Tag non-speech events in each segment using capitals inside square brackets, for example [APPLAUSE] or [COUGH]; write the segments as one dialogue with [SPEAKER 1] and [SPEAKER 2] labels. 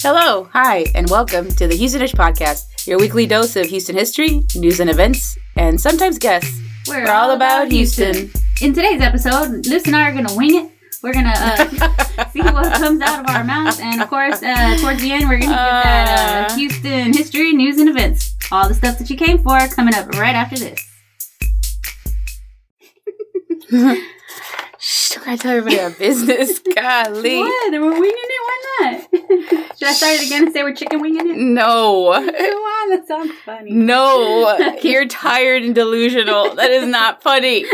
[SPEAKER 1] Hello, hi, and welcome to the Houstonish Podcast, your weekly dose of Houston history, news and events, and sometimes guests. We're all about Houston.
[SPEAKER 2] In today's episode, Liz and I are going to wing it. We're going to uh, [LAUGHS] see what comes out of our mouths. And of course, uh, towards the end, we're going to get that uh, Houston history, news, and events. All the stuff that you came for coming up right after this.
[SPEAKER 1] Shh, don't gotta tell everybody our business. Golly.
[SPEAKER 2] What? We're winging it? Why not? [LAUGHS] Should I start it again and say we're chicken
[SPEAKER 1] [LAUGHS]
[SPEAKER 2] winging it?
[SPEAKER 1] No.
[SPEAKER 2] Come on, that sounds funny.
[SPEAKER 1] No. You're tired and delusional. That is not funny.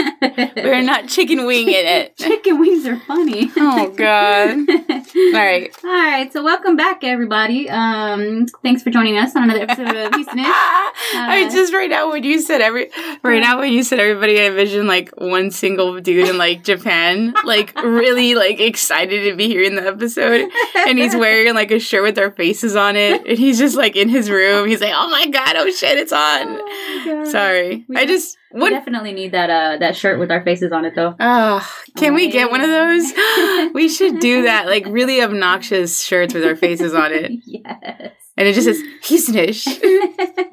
[SPEAKER 1] We're not chicken winging it.
[SPEAKER 2] [LAUGHS] Chicken wings are funny. [LAUGHS]
[SPEAKER 1] Oh, God. All right.
[SPEAKER 2] All right, so welcome back, everybody. Um, thanks for joining us on another episode of Houstonish.
[SPEAKER 1] Ah, I
[SPEAKER 2] Uh,
[SPEAKER 1] just right now when you said every right now when you said everybody I envisioned like one single dude in like Japan like really like excited to be here in the episode [LAUGHS] and
[SPEAKER 2] [LAUGHS]
[SPEAKER 1] he's wearing like a shirt with our faces on it and he's just like in his room he's like oh my god oh shit it's on
[SPEAKER 2] Oh my
[SPEAKER 1] [LAUGHS]
[SPEAKER 2] God.
[SPEAKER 1] sorry
[SPEAKER 2] We
[SPEAKER 1] I
[SPEAKER 2] def-
[SPEAKER 1] just
[SPEAKER 2] We
[SPEAKER 1] what
[SPEAKER 2] definitely need that uh that shirt with our faces on it though.
[SPEAKER 1] oh can we get one of those [GASPS]
[SPEAKER 2] Amazing.
[SPEAKER 1] we should do that
[SPEAKER 2] [LAUGHS]
[SPEAKER 1] like really obnoxious shirts with our faces on it
[SPEAKER 2] yes.
[SPEAKER 1] and it just says Houstonish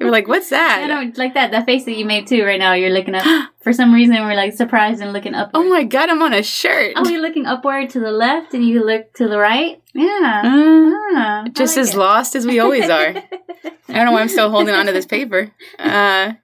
[SPEAKER 1] [LAUGHS] we're like what's
[SPEAKER 2] [LAUGHS] I
[SPEAKER 1] that
[SPEAKER 2] don't like that. That face that you made too right now. You're looking up. [GASPS] For some reason, we're like surprised and looking up.
[SPEAKER 1] oh my god I'm on a shirt.
[SPEAKER 2] Oh, you're looking upward to the left, and you look to the right. Yeah.
[SPEAKER 1] Uh,
[SPEAKER 2] Ah, I
[SPEAKER 1] [LAUGHS] just
[SPEAKER 2] like
[SPEAKER 1] as
[SPEAKER 2] it.
[SPEAKER 1] lost as we always are. I don't know why I'm still holding on to this paper.
[SPEAKER 2] [LAUGHS]
[SPEAKER 1] Uh,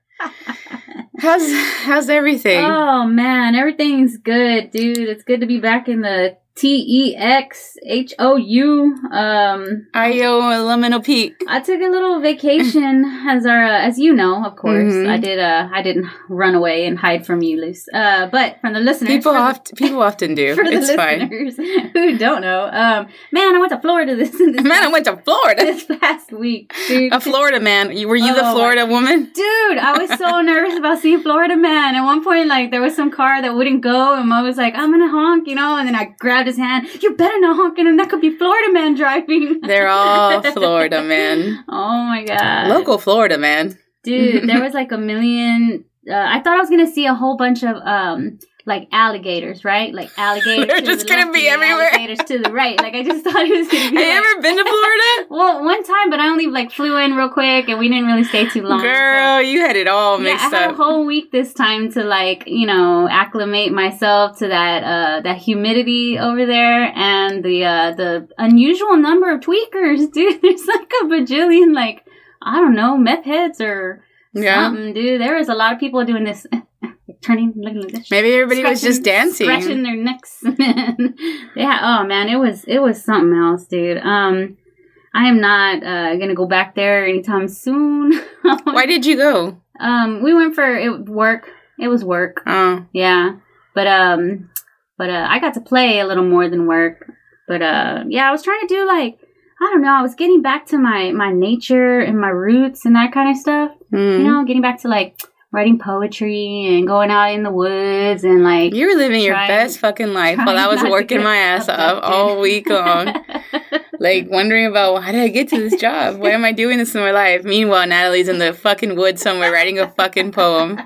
[SPEAKER 1] how's how's everything?
[SPEAKER 2] oh man, everything's good, dude. It's good to be back in the T E X H O U. Um,
[SPEAKER 1] IO Liminal Peak.
[SPEAKER 2] I took a
[SPEAKER 1] [LAUGHS]
[SPEAKER 2] little vacation, as our, uh, as you know, of course.
[SPEAKER 1] Mhm.
[SPEAKER 2] I did. Uh, I didn't run away and hide from you, Luce. Uh, but from the listeners,
[SPEAKER 1] People
[SPEAKER 2] for the-
[SPEAKER 1] oft people often do.
[SPEAKER 2] [LAUGHS] for the
[SPEAKER 1] It's fine.
[SPEAKER 2] listeners who don't know, um, man, I went to Florida this this,
[SPEAKER 1] Man, I went to Florida.
[SPEAKER 2] [LAUGHS] this past week, dude.
[SPEAKER 1] A Florida man. You- Were you
[SPEAKER 2] Oh
[SPEAKER 1] the
[SPEAKER 2] my-
[SPEAKER 1] Florida woman?
[SPEAKER 2] Dude, I was so
[SPEAKER 1] [LAUGHS]
[SPEAKER 2] nervous about seeing Florida Man. At one point, like, there was some car that wouldn't go, and Mo was like, I'm gonna honk, you know? And then I grabbed his hand, You better not honk at him, that could be Florida Man driving.
[SPEAKER 1] They're all Florida man.
[SPEAKER 2] [LAUGHS] Oh my god.
[SPEAKER 1] Local Florida man. [LAUGHS]
[SPEAKER 2] Dude, there was like a million. Uh, I thought I was gonna see a whole bunch of um like alligators, right? Like alligators.
[SPEAKER 1] They're
[SPEAKER 2] to
[SPEAKER 1] just
[SPEAKER 2] the
[SPEAKER 1] gonna
[SPEAKER 2] left
[SPEAKER 1] be
[SPEAKER 2] and
[SPEAKER 1] everywhere.
[SPEAKER 2] Alligators to the right. Like I just [LAUGHS] thought it was gonna be.
[SPEAKER 1] Have you
[SPEAKER 2] like-
[SPEAKER 1] ever been to Florida?
[SPEAKER 2] Well, one time, but I only like flew in real quick, and we didn't really stay too [LAUGHS] long. so-
[SPEAKER 1] Girl, you had it all
[SPEAKER 2] yeah, I
[SPEAKER 1] mixed
[SPEAKER 2] had a
[SPEAKER 1] up.
[SPEAKER 2] whole week this time to like you know acclimate myself to that uh, that humidity over there and the uh, the unusual number of tweakers, [LAUGHS] dude. There's like a bajillion like I don't know meth heads or
[SPEAKER 1] Yeah.
[SPEAKER 2] something, Um, dude. There was a lot of people doing this, [LAUGHS] turning looking like this.
[SPEAKER 1] Maybe everybody was just dancing.
[SPEAKER 2] Scratching their necks. [LAUGHS] yeah. Oh man, it was it was something else, dude. Um, I am not uh, gonna go back there anytime soon. [LAUGHS]
[SPEAKER 1] Why did you go?
[SPEAKER 2] um, we went for it work. It was work.
[SPEAKER 1] Oh.
[SPEAKER 2] Yeah. But um, but uh, I got to play a little more than work. But uh, yeah, I was trying to do like I don't know. I was getting back to my my nature and my roots and that kind of stuff
[SPEAKER 1] Hmm.
[SPEAKER 2] you know, getting back to like writing poetry and going out in the woods and like
[SPEAKER 1] You were living your
[SPEAKER 2] Trying-
[SPEAKER 1] best fucking life while I
[SPEAKER 2] trying
[SPEAKER 1] was
[SPEAKER 2] not to
[SPEAKER 1] working
[SPEAKER 2] get
[SPEAKER 1] my ass up
[SPEAKER 2] abducted.
[SPEAKER 1] all week
[SPEAKER 2] [LAUGHS]
[SPEAKER 1] long, like wondering about why did I get to this job? Why am I doing this in my life? Meanwhile, Natalie's in the fucking woods somewhere writing a fucking poem.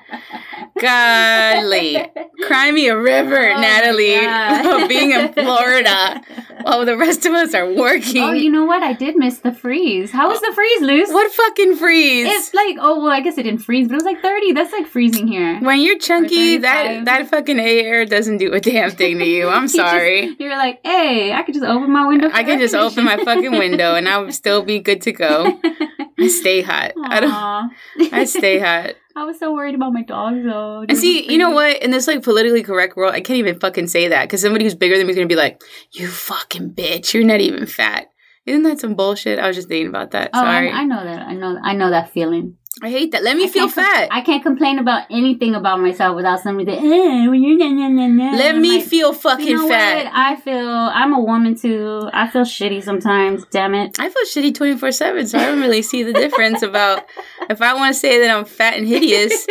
[SPEAKER 1] Golly, cry me a river,
[SPEAKER 2] Oh my
[SPEAKER 1] Natalie,
[SPEAKER 2] God.
[SPEAKER 1] about being in Florida while the rest of us are working.
[SPEAKER 2] [LAUGHS] Oh, you know what? I did miss the freeze. How was the freeze, Luce?
[SPEAKER 1] what fucking freeze?
[SPEAKER 2] It's like oh well, I guess it didn't freeze, but it was like thirty. That's like freezing here.
[SPEAKER 1] when you're chunky,
[SPEAKER 2] 35.
[SPEAKER 1] that that fucking air doesn't do a damn thing to you.
[SPEAKER 2] [LAUGHS]
[SPEAKER 1] I'm sorry.
[SPEAKER 2] You're like, hey, I could just open my window. for
[SPEAKER 1] I can
[SPEAKER 2] air
[SPEAKER 1] just open my fucking
[SPEAKER 2] [LAUGHS]
[SPEAKER 1] window and I would still be good to go.
[SPEAKER 2] conditioning.
[SPEAKER 1] I stay hot. I don't.
[SPEAKER 2] Aw.
[SPEAKER 1] I stay hot.
[SPEAKER 2] I was so worried about my dog though. during
[SPEAKER 1] And
[SPEAKER 2] the
[SPEAKER 1] see, you know
[SPEAKER 2] freeze.
[SPEAKER 1] what? In this like politically correct world, I can't even fucking say that because somebody who's bigger than me is gonna be like, "You fucking bitch, you're not even fat." Isn't that some bullshit? I was just thinking about that.
[SPEAKER 2] Oh, I,
[SPEAKER 1] Sorry, I,
[SPEAKER 2] I know that. I know. I know that feeling.
[SPEAKER 1] hate that. Let me
[SPEAKER 2] I
[SPEAKER 1] feel
[SPEAKER 2] can't com-
[SPEAKER 1] fat.
[SPEAKER 2] I can't complain about anything about myself without somebody that, eh, when you're na, na, na, na."
[SPEAKER 1] Let
[SPEAKER 2] I'm
[SPEAKER 1] me
[SPEAKER 2] like,
[SPEAKER 1] feel fucking
[SPEAKER 2] you know
[SPEAKER 1] fat.
[SPEAKER 2] What? I feel I'm a woman too. I feel shitty sometimes. Damn it. [LAUGHS]
[SPEAKER 1] I feel shitty twenty four seven, so I don't really see the difference about if I want to say that I'm fat and hideous.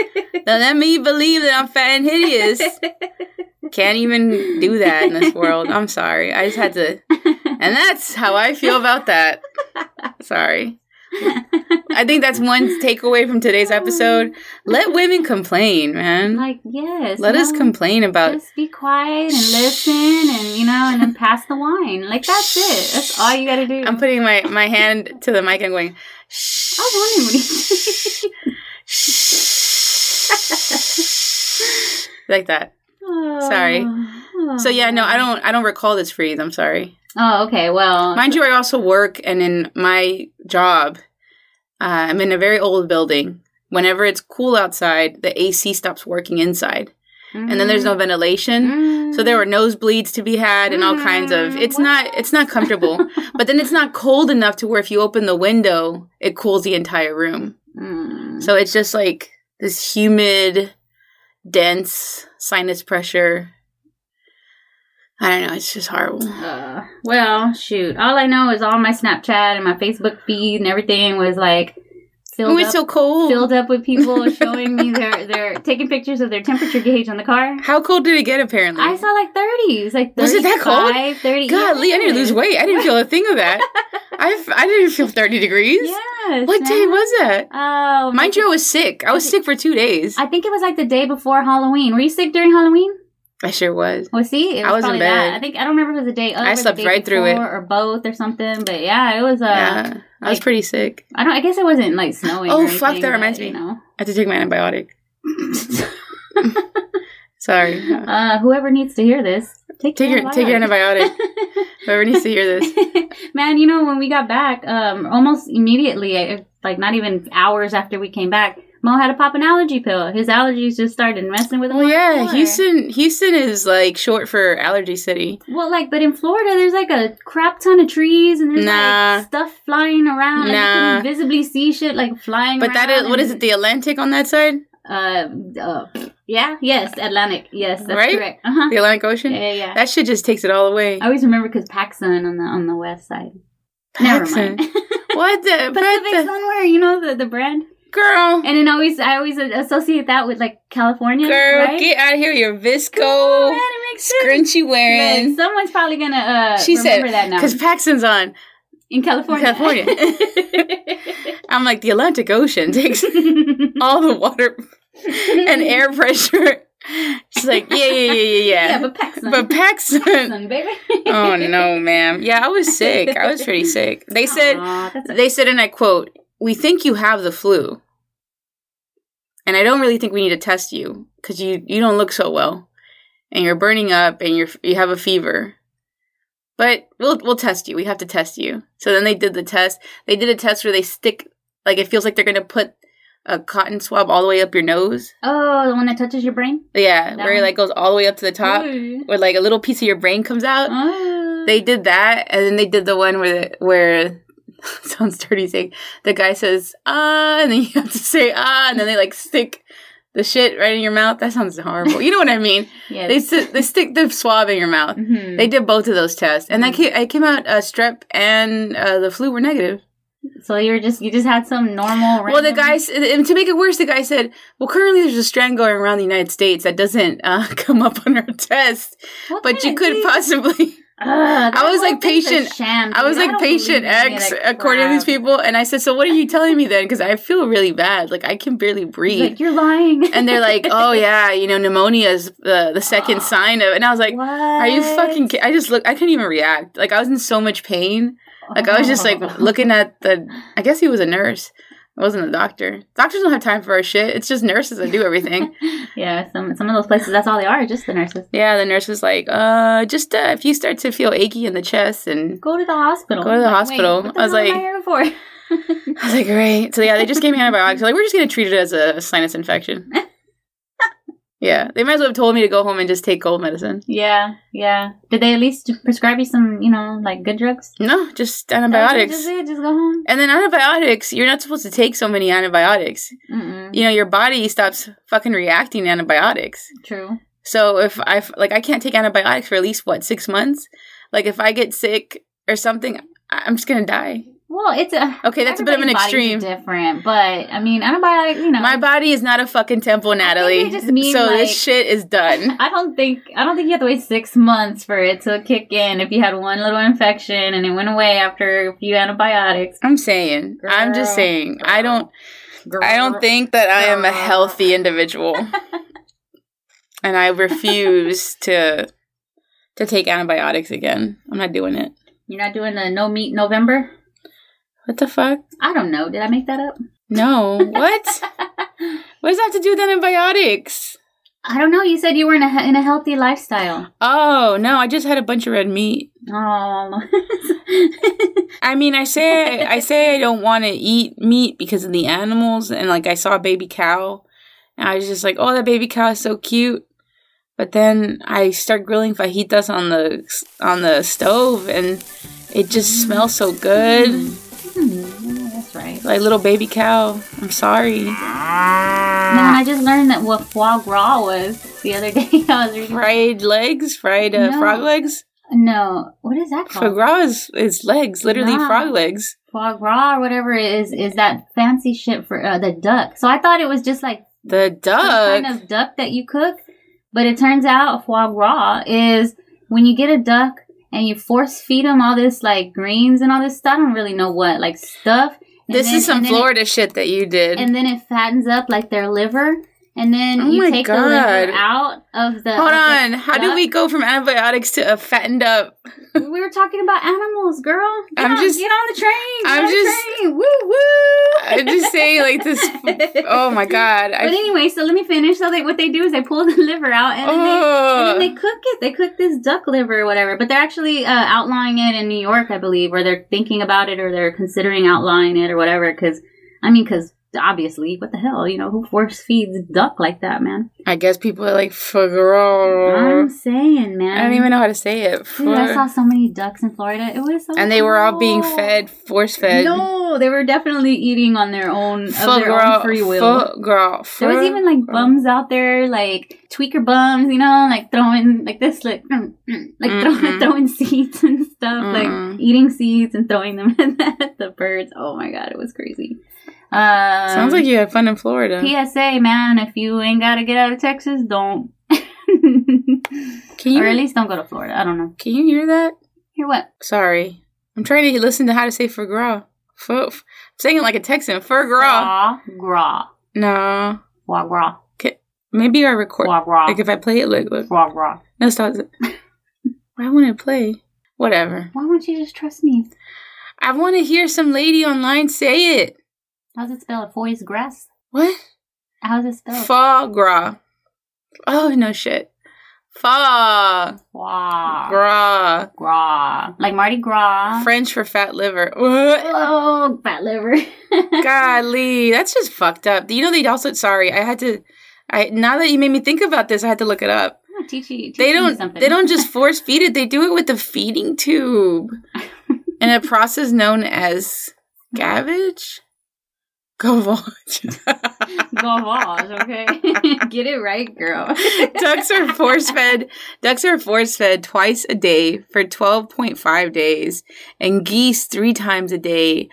[SPEAKER 1] then let me believe that I'm fat and
[SPEAKER 2] [LAUGHS]
[SPEAKER 1] hideous. Can't even do that in this world. I'm sorry. I just had to, and that's how I feel about that. Sorry. I think that's one takeaway from today's episode. Let women complain, man.
[SPEAKER 2] Like yes,
[SPEAKER 1] Let
[SPEAKER 2] you
[SPEAKER 1] us
[SPEAKER 2] know,
[SPEAKER 1] complain about
[SPEAKER 2] Just be quiet and listen, and you know, and then pass the wine. Like that's it. That's all you gotta do.
[SPEAKER 1] I'm putting my, my hand to the mic and going,
[SPEAKER 2] I was wondering
[SPEAKER 1] [LAUGHS]
[SPEAKER 2] what you.
[SPEAKER 1] like that. Sorry.
[SPEAKER 2] [SIGHS] Oh.
[SPEAKER 1] So yeah, no, I don't I don't recall this phrase. I'm sorry.
[SPEAKER 2] Oh, okay. Well,
[SPEAKER 1] Mind you, I also work, and in my job, uh, I'm in a very old building. Whenever it's cool outside, the AC stops working inside, and then there's no ventilation.
[SPEAKER 2] mm-hmm.
[SPEAKER 1] So there were nosebleeds to be had and all kinds of. It's not it's not comfortable,
[SPEAKER 2] [LAUGHS]
[SPEAKER 1] but then it's not cold enough to where if you open the window, it cools the entire room.
[SPEAKER 2] Mm.
[SPEAKER 1] So it's just like this humid, dense sinus pressure. I don't know. It's just horrible.
[SPEAKER 2] Uh, [SIGHS] well, shoot. All I know is all my Snapchat and my Facebook feed and everything was like
[SPEAKER 1] Oh,
[SPEAKER 2] filled
[SPEAKER 1] it's
[SPEAKER 2] up,
[SPEAKER 1] so cold.
[SPEAKER 2] filled up
[SPEAKER 1] [LAUGHS]
[SPEAKER 2] with people showing me their their taking pictures of their temperature gauge on the car.
[SPEAKER 1] How cold did it get? Apparently,
[SPEAKER 2] I saw like 30s, like 35,
[SPEAKER 1] Was it that cold?
[SPEAKER 2] 30.
[SPEAKER 1] Golly, I need to
[SPEAKER 2] yes.
[SPEAKER 1] lose weight. I didn't feel a thing of
[SPEAKER 2] [LAUGHS]
[SPEAKER 1] that. I f- I didn't feel thirty degrees.
[SPEAKER 2] Yes.
[SPEAKER 1] what day
[SPEAKER 2] man.
[SPEAKER 1] was that?
[SPEAKER 2] Oh,
[SPEAKER 1] Mind you, I was sick. I was sick for two days.
[SPEAKER 2] I think it was like the day before Halloween. Were you sick during Halloween?
[SPEAKER 1] I sure was.
[SPEAKER 2] Well, see, it
[SPEAKER 1] I
[SPEAKER 2] was
[SPEAKER 1] was in
[SPEAKER 2] probably
[SPEAKER 1] bed.
[SPEAKER 2] that. I think I don't remember if it was the day. Other
[SPEAKER 1] I
[SPEAKER 2] or the
[SPEAKER 1] slept
[SPEAKER 2] day
[SPEAKER 1] right through it.
[SPEAKER 2] before or both or something. But yeah, it was. Uh,
[SPEAKER 1] yeah, I was
[SPEAKER 2] like-
[SPEAKER 1] pretty sick.
[SPEAKER 2] I don't. I guess it wasn't like snowing.
[SPEAKER 1] Oh,
[SPEAKER 2] or
[SPEAKER 1] fuck,
[SPEAKER 2] anything,
[SPEAKER 1] that
[SPEAKER 2] but,
[SPEAKER 1] reminds me.
[SPEAKER 2] You know,
[SPEAKER 1] I had to take my antibiotic.
[SPEAKER 2] [LAUGHS]
[SPEAKER 1] Sorry.
[SPEAKER 2] uh, whoever needs to hear this, take
[SPEAKER 1] Take
[SPEAKER 2] your
[SPEAKER 1] your take your
[SPEAKER 2] [LAUGHS]
[SPEAKER 1] antibiotic. Whoever needs to hear this.
[SPEAKER 2] Man, you know when we got back, um, almost immediately, uh, like not even hours after we came back, Mo had to pop an allergy pill. His allergies just started messing with him.
[SPEAKER 1] Well,
[SPEAKER 2] once
[SPEAKER 1] yeah,
[SPEAKER 2] more.
[SPEAKER 1] Houston. Houston is like short for allergy city.
[SPEAKER 2] Well, like, but in Florida, there's like a crap ton of trees and there's
[SPEAKER 1] Nah.
[SPEAKER 2] like stuff flying around.
[SPEAKER 1] Nah.
[SPEAKER 2] Like, you can visibly see shit like flying.
[SPEAKER 1] But that
[SPEAKER 2] around
[SPEAKER 1] is what is it?
[SPEAKER 2] and-
[SPEAKER 1] The Atlantic on that side,
[SPEAKER 2] Uh, uh, yeah, yes, Atlantic. Yes, that's
[SPEAKER 1] Right?
[SPEAKER 2] correct. Uh huh.
[SPEAKER 1] the Atlantic Ocean.
[SPEAKER 2] Yeah, yeah, yeah.
[SPEAKER 1] That shit just takes it all away.
[SPEAKER 2] I always remember because Paxson on the on the west side. Never mind. [LAUGHS]
[SPEAKER 1] What the? What
[SPEAKER 2] Pacific
[SPEAKER 1] the
[SPEAKER 2] Sunwear, you know the the brand,
[SPEAKER 1] girl?
[SPEAKER 2] and then always I always associate that with like California,
[SPEAKER 1] Girl,
[SPEAKER 2] right?
[SPEAKER 1] get out of here! Your
[SPEAKER 2] Come on,
[SPEAKER 1] visco
[SPEAKER 2] it makes sense.
[SPEAKER 1] scrunchy
[SPEAKER 2] Man,
[SPEAKER 1] wearing.
[SPEAKER 2] someone's probably gonna uh,
[SPEAKER 1] She said-
[SPEAKER 2] remember that now
[SPEAKER 1] Because Paxton's on.
[SPEAKER 2] in California. [LAUGHS]
[SPEAKER 1] California. I'm like the Atlantic Ocean [LAUGHS] takes
[SPEAKER 2] California.
[SPEAKER 1] [LAUGHS] all the water and air pressure. She's like, yeah, yeah, yeah, yeah,
[SPEAKER 2] Yeah,
[SPEAKER 1] yeah.
[SPEAKER 2] but Paxson.
[SPEAKER 1] But
[SPEAKER 2] [LAUGHS]
[SPEAKER 1] Paxton.
[SPEAKER 2] Paxson, baby.
[SPEAKER 1] [LAUGHS] Oh no, ma'am. Yeah, I was sick. I was pretty sick.
[SPEAKER 2] [LAUGHS]
[SPEAKER 1] They said
[SPEAKER 2] Aw, that's a-
[SPEAKER 1] they said, and I quote, "We think you have the flu, and I don't really think we need to test you because you you don't look so well, and you're burning up, and you're you have a fever." But we'll we'll test you. We have to test you. So then they did the test. They did a test where they stick like it feels like they're gonna put a cotton swab all the way up your nose.
[SPEAKER 2] oh, the one that touches your brain.
[SPEAKER 1] Yeah,
[SPEAKER 2] That
[SPEAKER 1] where it
[SPEAKER 2] one?
[SPEAKER 1] like goes all the way up to the top,
[SPEAKER 2] Ooh.
[SPEAKER 1] where like a little piece of your brain comes out.
[SPEAKER 2] Oh.
[SPEAKER 1] They did that, and then they did the one where the, where [LAUGHS] sounds dirty saying the guy says ah, and then you have to say ah, and then they like stick the shit right in your mouth. That sounds horrible. You know what I mean?
[SPEAKER 2] yes.
[SPEAKER 1] They s- they stick the swab in your mouth.
[SPEAKER 2] Mhm.
[SPEAKER 1] They did both of those tests, and that came, I came out uh, strep and uh, the flu were negative.
[SPEAKER 2] so you're just you just had some normal.
[SPEAKER 1] Well, the
[SPEAKER 2] random-
[SPEAKER 1] guy s- and to make it worse, the guy said, "Well, currently there's a strand going around the United States that doesn't uh, [LAUGHS] come up on our test,
[SPEAKER 2] What
[SPEAKER 1] but you
[SPEAKER 2] kind of
[SPEAKER 1] could
[SPEAKER 2] disease?
[SPEAKER 1] possibly."
[SPEAKER 2] Ugh, that
[SPEAKER 1] I was,
[SPEAKER 2] whole
[SPEAKER 1] like,
[SPEAKER 2] thing's a
[SPEAKER 1] patient-
[SPEAKER 2] Sham,
[SPEAKER 1] I
[SPEAKER 2] dude.
[SPEAKER 1] was like
[SPEAKER 2] don't
[SPEAKER 1] patient
[SPEAKER 2] believe any of
[SPEAKER 1] X,
[SPEAKER 2] that
[SPEAKER 1] according to these
[SPEAKER 2] crap.
[SPEAKER 1] people, and I said, "So what are you telling me then? Because I feel really bad. Like I can barely
[SPEAKER 2] He's
[SPEAKER 1] breathe."
[SPEAKER 2] Like [LAUGHS] you're lying.
[SPEAKER 1] and they're like,
[SPEAKER 2] [LAUGHS]
[SPEAKER 1] "Oh yeah, you know, pneumonia is the the
[SPEAKER 2] [GASPS]
[SPEAKER 1] second sign of." And I was like,
[SPEAKER 2] what?
[SPEAKER 1] "Are you fucking?" Ki-? I just look. I couldn't even react. Like I was in so much pain. Like I was just
[SPEAKER 2] [LAUGHS]
[SPEAKER 1] like looking at the. I guess he was a nurse. It wasn't a doctor. Doctors don't have time for our shit. It's just nurses that do everything.
[SPEAKER 2] [LAUGHS] Yeah, some some of those places. That's all they are. Just the nurses.
[SPEAKER 1] yeah, the nurse was like, "Uh, just uh, if you start to feel achy in the chest and."
[SPEAKER 2] Go to the hospital.
[SPEAKER 1] Go to the
[SPEAKER 2] Like, wait,
[SPEAKER 1] hospital.
[SPEAKER 2] what
[SPEAKER 1] I was
[SPEAKER 2] hell am
[SPEAKER 1] like-
[SPEAKER 2] here for? [LAUGHS]
[SPEAKER 1] I was like, great. So yeah, they just gave me antibiotics. They're like, we're just gonna treat it as a sinus
[SPEAKER 2] [LAUGHS]
[SPEAKER 1] infection. yeah, they might as well have told me to go home and just take cold medicine.
[SPEAKER 2] yeah, yeah. Did they at least prescribe you some, you know, like good drugs?
[SPEAKER 1] No, just
[SPEAKER 2] Just,
[SPEAKER 1] antibiotics.
[SPEAKER 2] it, just go home.
[SPEAKER 1] And then antibiotics, you're not supposed to take so many antibiotics.
[SPEAKER 2] Mm-mm.
[SPEAKER 1] You know, your body stops fucking reacting to antibiotics.
[SPEAKER 2] True.
[SPEAKER 1] So if I like, I can't take antibiotics for at least what six months. Like if I get sick or something, I- I'm just gonna die.
[SPEAKER 2] Well, it's a
[SPEAKER 1] Okay, that's a bit of an
[SPEAKER 2] everybody's bodies
[SPEAKER 1] extreme.
[SPEAKER 2] are Different, but I mean, antibiotic. You know,
[SPEAKER 1] My body is not a fucking temple, Natalie.
[SPEAKER 2] they just mean,
[SPEAKER 1] so
[SPEAKER 2] like-
[SPEAKER 1] this shit is
[SPEAKER 2] [LAUGHS]
[SPEAKER 1] done.
[SPEAKER 2] I don't think I don't think you have to wait six months for it to kick in. If you had one little infection and it went away after a few antibiotics,
[SPEAKER 1] I'm saying. I'm just
[SPEAKER 2] Girl.
[SPEAKER 1] saying. I don't
[SPEAKER 2] Girl.
[SPEAKER 1] I don't think that I am a
[SPEAKER 2] Girl.
[SPEAKER 1] healthy individual. and I refuse to to take antibiotics again. I'm not doing it.
[SPEAKER 2] you're not doing the no meat November.
[SPEAKER 1] What the fuck?
[SPEAKER 2] I don't know. Did I make that up?
[SPEAKER 1] No. What? what does that have to do with antibiotics?
[SPEAKER 2] I don't know. You said you were in a he- in a healthy lifestyle.
[SPEAKER 1] Oh, no, I just had a bunch of red meat.
[SPEAKER 2] Oh, [LAUGHS]
[SPEAKER 1] I mean, I say I say I don't want to eat meat because of the animals, and like I saw a baby cow, and I was just like, "Oh, that baby cow is so cute." But then I start grilling fajitas on the on the stove, and it just smells so good,
[SPEAKER 2] Hmm, that's right.
[SPEAKER 1] like little baby cow. I'm sorry,
[SPEAKER 2] Nah, I just learned that what foie gras was the other day. [LAUGHS] I was reading.
[SPEAKER 1] fried legs, fried uh,
[SPEAKER 2] No.
[SPEAKER 1] frog legs.
[SPEAKER 2] No, what is that
[SPEAKER 1] Foie
[SPEAKER 2] called?
[SPEAKER 1] gras is, is legs, literally
[SPEAKER 2] Nah.
[SPEAKER 1] frog legs.
[SPEAKER 2] Foie gras or whatever it is is that fancy shit for uh, the duck. So I thought it was just like
[SPEAKER 1] The
[SPEAKER 2] some
[SPEAKER 1] duck.
[SPEAKER 2] kind of duck that you cook, but it turns out foie gras is when you get a duck and you force feed them all this like greens and all this stuff. I don't really know what like stuff. And
[SPEAKER 1] this
[SPEAKER 2] then-
[SPEAKER 1] is some
[SPEAKER 2] and then it-
[SPEAKER 1] Florida shit that you did.
[SPEAKER 2] and then it fattens up like their liver, and then
[SPEAKER 1] Oh my
[SPEAKER 2] you take the
[SPEAKER 1] God.
[SPEAKER 2] liver out of the.
[SPEAKER 1] Hold
[SPEAKER 2] of the-
[SPEAKER 1] on. How do
[SPEAKER 2] duck.
[SPEAKER 1] we go from antibiotics to a fattened up?
[SPEAKER 2] We were talking about animals, girl. Get
[SPEAKER 1] I'm
[SPEAKER 2] on,
[SPEAKER 1] just-
[SPEAKER 2] get on the train. Get
[SPEAKER 1] I'm
[SPEAKER 2] on
[SPEAKER 1] just-
[SPEAKER 2] the train. woo woo.
[SPEAKER 1] I'm just saying, like this.
[SPEAKER 2] [LAUGHS]
[SPEAKER 1] Oh my god!
[SPEAKER 2] But
[SPEAKER 1] I,
[SPEAKER 2] anyway, so let me finish. So they, what they do is they pull the [LAUGHS] liver out and, then they, and then
[SPEAKER 1] oh,
[SPEAKER 2] they cook it. They cook this duck liver or whatever. But they're actually uh, outlawing it in New York, I believe, or they're thinking about it, or they're considering outlawing it or whatever. Because I mean, because obviously, what the hell, you know, who force feeds duck like that, man?
[SPEAKER 1] I guess people are like Fagro.
[SPEAKER 2] I'm saying, man.
[SPEAKER 1] I don't even know how to say it.
[SPEAKER 2] Dude, I saw
[SPEAKER 1] Fur-
[SPEAKER 2] so many ducks in Florida. It was so
[SPEAKER 1] And they were all being
[SPEAKER 2] cool.
[SPEAKER 1] fed, force fed.
[SPEAKER 2] No, they were definitely eating on their own, of their own free will.
[SPEAKER 1] Fagro.
[SPEAKER 2] there was even like bums out there, like tweaker bums, you know, like throwing like this, like mm, mm, like
[SPEAKER 1] Mhm.
[SPEAKER 2] throwing [LAUGHS] throwing seeds and stuff,
[SPEAKER 1] Mm.
[SPEAKER 2] like eating seeds and throwing them [LAUGHS] at the birds. Oh my god, it was crazy. Um,
[SPEAKER 1] Sounds like you had fun in Florida.
[SPEAKER 2] PSA, man. If you ain't gotta get out of Texas, don't, [LAUGHS]
[SPEAKER 1] Can you
[SPEAKER 2] or at least don't go to Florida. I don't know.
[SPEAKER 1] can you hear that?
[SPEAKER 2] Hear what?
[SPEAKER 1] Sorry, I'm trying to listen to how to say Fagro. F- f- I'm saying it like a Texan. Fagro.
[SPEAKER 2] Gras, gras,
[SPEAKER 1] No,
[SPEAKER 2] Foie gras,
[SPEAKER 1] maybe I record.
[SPEAKER 2] foie gras,
[SPEAKER 1] Like if I play it, look, look.
[SPEAKER 2] foie gras.
[SPEAKER 1] No, stop. it. [LAUGHS] Why wouldn't it play? Whatever.
[SPEAKER 2] Why won't you just trust me?
[SPEAKER 1] I want to hear some lady online say it.
[SPEAKER 2] How's it spelled? Foie's grass?
[SPEAKER 1] What?
[SPEAKER 2] How's it spelled?
[SPEAKER 1] Fa gras. Oh no shit. Fa
[SPEAKER 2] Gras.
[SPEAKER 1] gras.
[SPEAKER 2] Gras. Like Mardi Gras.
[SPEAKER 1] French for fat liver.
[SPEAKER 2] [LAUGHS]
[SPEAKER 1] What?
[SPEAKER 2] oh,
[SPEAKER 1] [LAUGHS]
[SPEAKER 2] fat liver. [LAUGHS]
[SPEAKER 1] Golly, that's just fucked up. You know they also. Sorry, I had to. I now that you made me think about this, I had to look it up.
[SPEAKER 2] teach you, teach
[SPEAKER 1] They
[SPEAKER 2] you
[SPEAKER 1] don't.
[SPEAKER 2] something.
[SPEAKER 1] They don't
[SPEAKER 2] [LAUGHS]
[SPEAKER 1] just force feed it. They do it with the feeding tube, in a process known as gavage. Gavage. [LAUGHS]
[SPEAKER 2] Gavage, okay? Get it right, girl. [LAUGHS]
[SPEAKER 1] ducks are force fed. Ducks are force fed twice a day for twelve point five days, and geese three times a day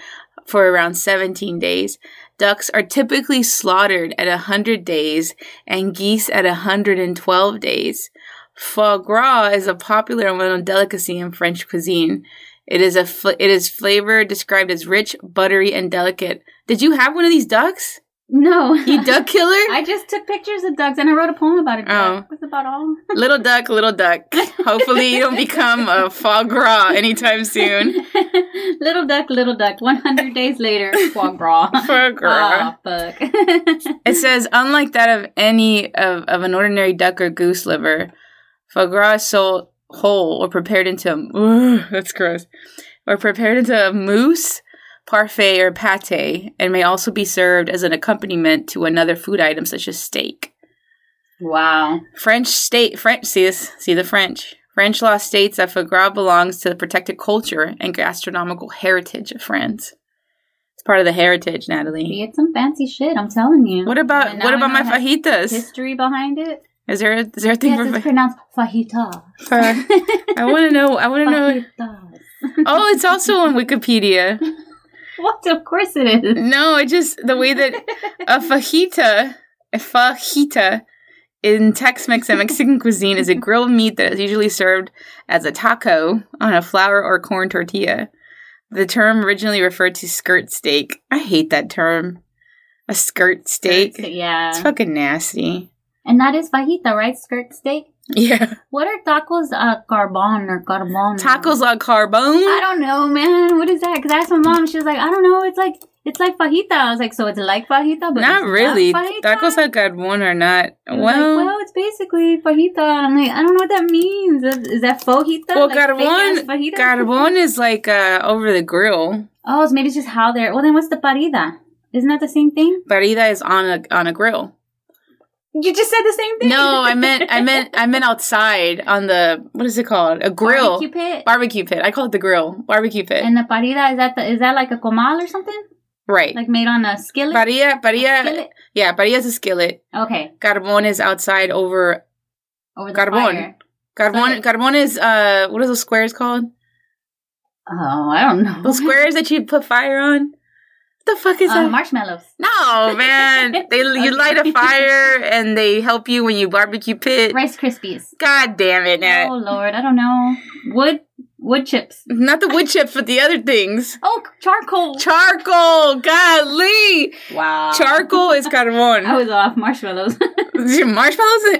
[SPEAKER 1] for around seventeen days. Ducks are typically slaughtered at hundred days, and geese at hundred and twelve days. Foie gras is a popular little delicacy in French cuisine. It is a fl- it is flavor described as rich, buttery, and delicate. Did you have one of these ducks?
[SPEAKER 2] No.
[SPEAKER 1] You duck killer?
[SPEAKER 2] [LAUGHS] I just took pictures of ducks and I wrote a poem about it.
[SPEAKER 1] Oh.
[SPEAKER 2] That's about all.
[SPEAKER 1] little duck, little duck. Hopefully, you don't become a foie gras anytime soon.
[SPEAKER 2] [LAUGHS] little duck, little duck. 100
[SPEAKER 1] [LAUGHS]
[SPEAKER 2] days later, foie gras.
[SPEAKER 1] Foie gras.
[SPEAKER 2] Ah, fuck. [LAUGHS]
[SPEAKER 1] It says, unlike that of any of, of an ordinary duck or goose liver, foie gras is sold whole or prepared into a, Ugh, that's gross, or prepared into a mousse, parfait, or pate, and may also be served as an accompaniment to another food item such as steak.
[SPEAKER 2] wow.
[SPEAKER 1] French state French see this see the French. French law states that foie gras belongs to the protected culture and gastronomical heritage of France. It's part of the heritage, Natalie.
[SPEAKER 2] It's some fancy shit, I'm telling you.
[SPEAKER 1] What about
[SPEAKER 2] And
[SPEAKER 1] what
[SPEAKER 2] now
[SPEAKER 1] about
[SPEAKER 2] I
[SPEAKER 1] my
[SPEAKER 2] know it has
[SPEAKER 1] fajitas?
[SPEAKER 2] History behind it?
[SPEAKER 1] Is there a, is there a thing
[SPEAKER 2] Yes, it's
[SPEAKER 1] for
[SPEAKER 2] pronounced
[SPEAKER 1] [LAUGHS]
[SPEAKER 2] fajita. [LAUGHS]
[SPEAKER 1] fa- I want to know. I want to know.
[SPEAKER 2] Fajitas.
[SPEAKER 1] Oh, it's also on Wikipedia.
[SPEAKER 2] [LAUGHS] what? Of course it is.
[SPEAKER 1] No, it just the way
[SPEAKER 2] [LAUGHS]
[SPEAKER 1] that a fajita, a fajita in Tex Mex and
[SPEAKER 2] [LAUGHS]
[SPEAKER 1] Mexican cuisine is a grilled meat that is usually served as a taco on a flour or corn tortilla. The term originally referred to skirt steak. I hate that term. A skirt steak. It's
[SPEAKER 2] Yeah.
[SPEAKER 1] fucking nasty.
[SPEAKER 2] And that is fajita, right? Skirt steak.
[SPEAKER 1] Yeah.
[SPEAKER 2] What are tacos uh, carbon or carbon?
[SPEAKER 1] [LAUGHS] Tacos la
[SPEAKER 2] I
[SPEAKER 1] carbone.
[SPEAKER 2] don't know, man. What is that? Because I asked my mom. She was like, I don't know. It's like it's like fajita. I was like, so it's like fajita, but
[SPEAKER 1] Not really. Tacos
[SPEAKER 2] Tacos.
[SPEAKER 1] la carbone are not.
[SPEAKER 2] well,
[SPEAKER 1] Well,
[SPEAKER 2] well, it's basically fajita. I'm like, I don't know what that means. Is is that fajita?
[SPEAKER 1] Well,
[SPEAKER 2] like, fake
[SPEAKER 1] carbon-
[SPEAKER 2] ass fajita?
[SPEAKER 1] carbone is like uh, over the grill.
[SPEAKER 2] Oh, so maybe it's just how they're. Well, then what's the parida? Isn't that the same thing?
[SPEAKER 1] Parida is on a on a grill.
[SPEAKER 2] You just said the same thing. [LAUGHS]
[SPEAKER 1] No, I meant I meant I meant outside on the what is it called? A grill.
[SPEAKER 2] Barbecue pit.
[SPEAKER 1] Barbecue pit. I call it the grill. Barbecue pit.
[SPEAKER 2] and the parida is that the, is that like a comal or something?
[SPEAKER 1] right.
[SPEAKER 2] Like made on a skillet.
[SPEAKER 1] Parilla, parilla,
[SPEAKER 2] skillet.
[SPEAKER 1] yeah, parilla's a skillet.
[SPEAKER 2] Okay.
[SPEAKER 1] Carbone is outside over.
[SPEAKER 2] Over the
[SPEAKER 1] Carbon.
[SPEAKER 2] fire.
[SPEAKER 1] Carbone,
[SPEAKER 2] Right.
[SPEAKER 1] carbone is, uh, what are those squares called?
[SPEAKER 2] Oh, I don't know.
[SPEAKER 1] Those squares that you put fire on? What the fuck is
[SPEAKER 2] Uh,
[SPEAKER 1] that?
[SPEAKER 2] marshmallows.
[SPEAKER 1] No,
[SPEAKER 2] [LAUGHS]
[SPEAKER 1] man. They,
[SPEAKER 2] Okay.
[SPEAKER 1] You light a fire and they help you when you barbecue pit.
[SPEAKER 2] Rice Krispies.
[SPEAKER 1] God damn it, Nat.
[SPEAKER 2] Oh Lord, I don't know. Wood wood chips.
[SPEAKER 1] Not the wood chips, but the other things.
[SPEAKER 2] Oh, charcoal.
[SPEAKER 1] Charcoal, golly.
[SPEAKER 2] wow.
[SPEAKER 1] Charcoal is
[SPEAKER 2] I
[SPEAKER 1] carbon.
[SPEAKER 2] was off marshmallows. [LAUGHS]
[SPEAKER 1] [LAUGHS] Marshmallows?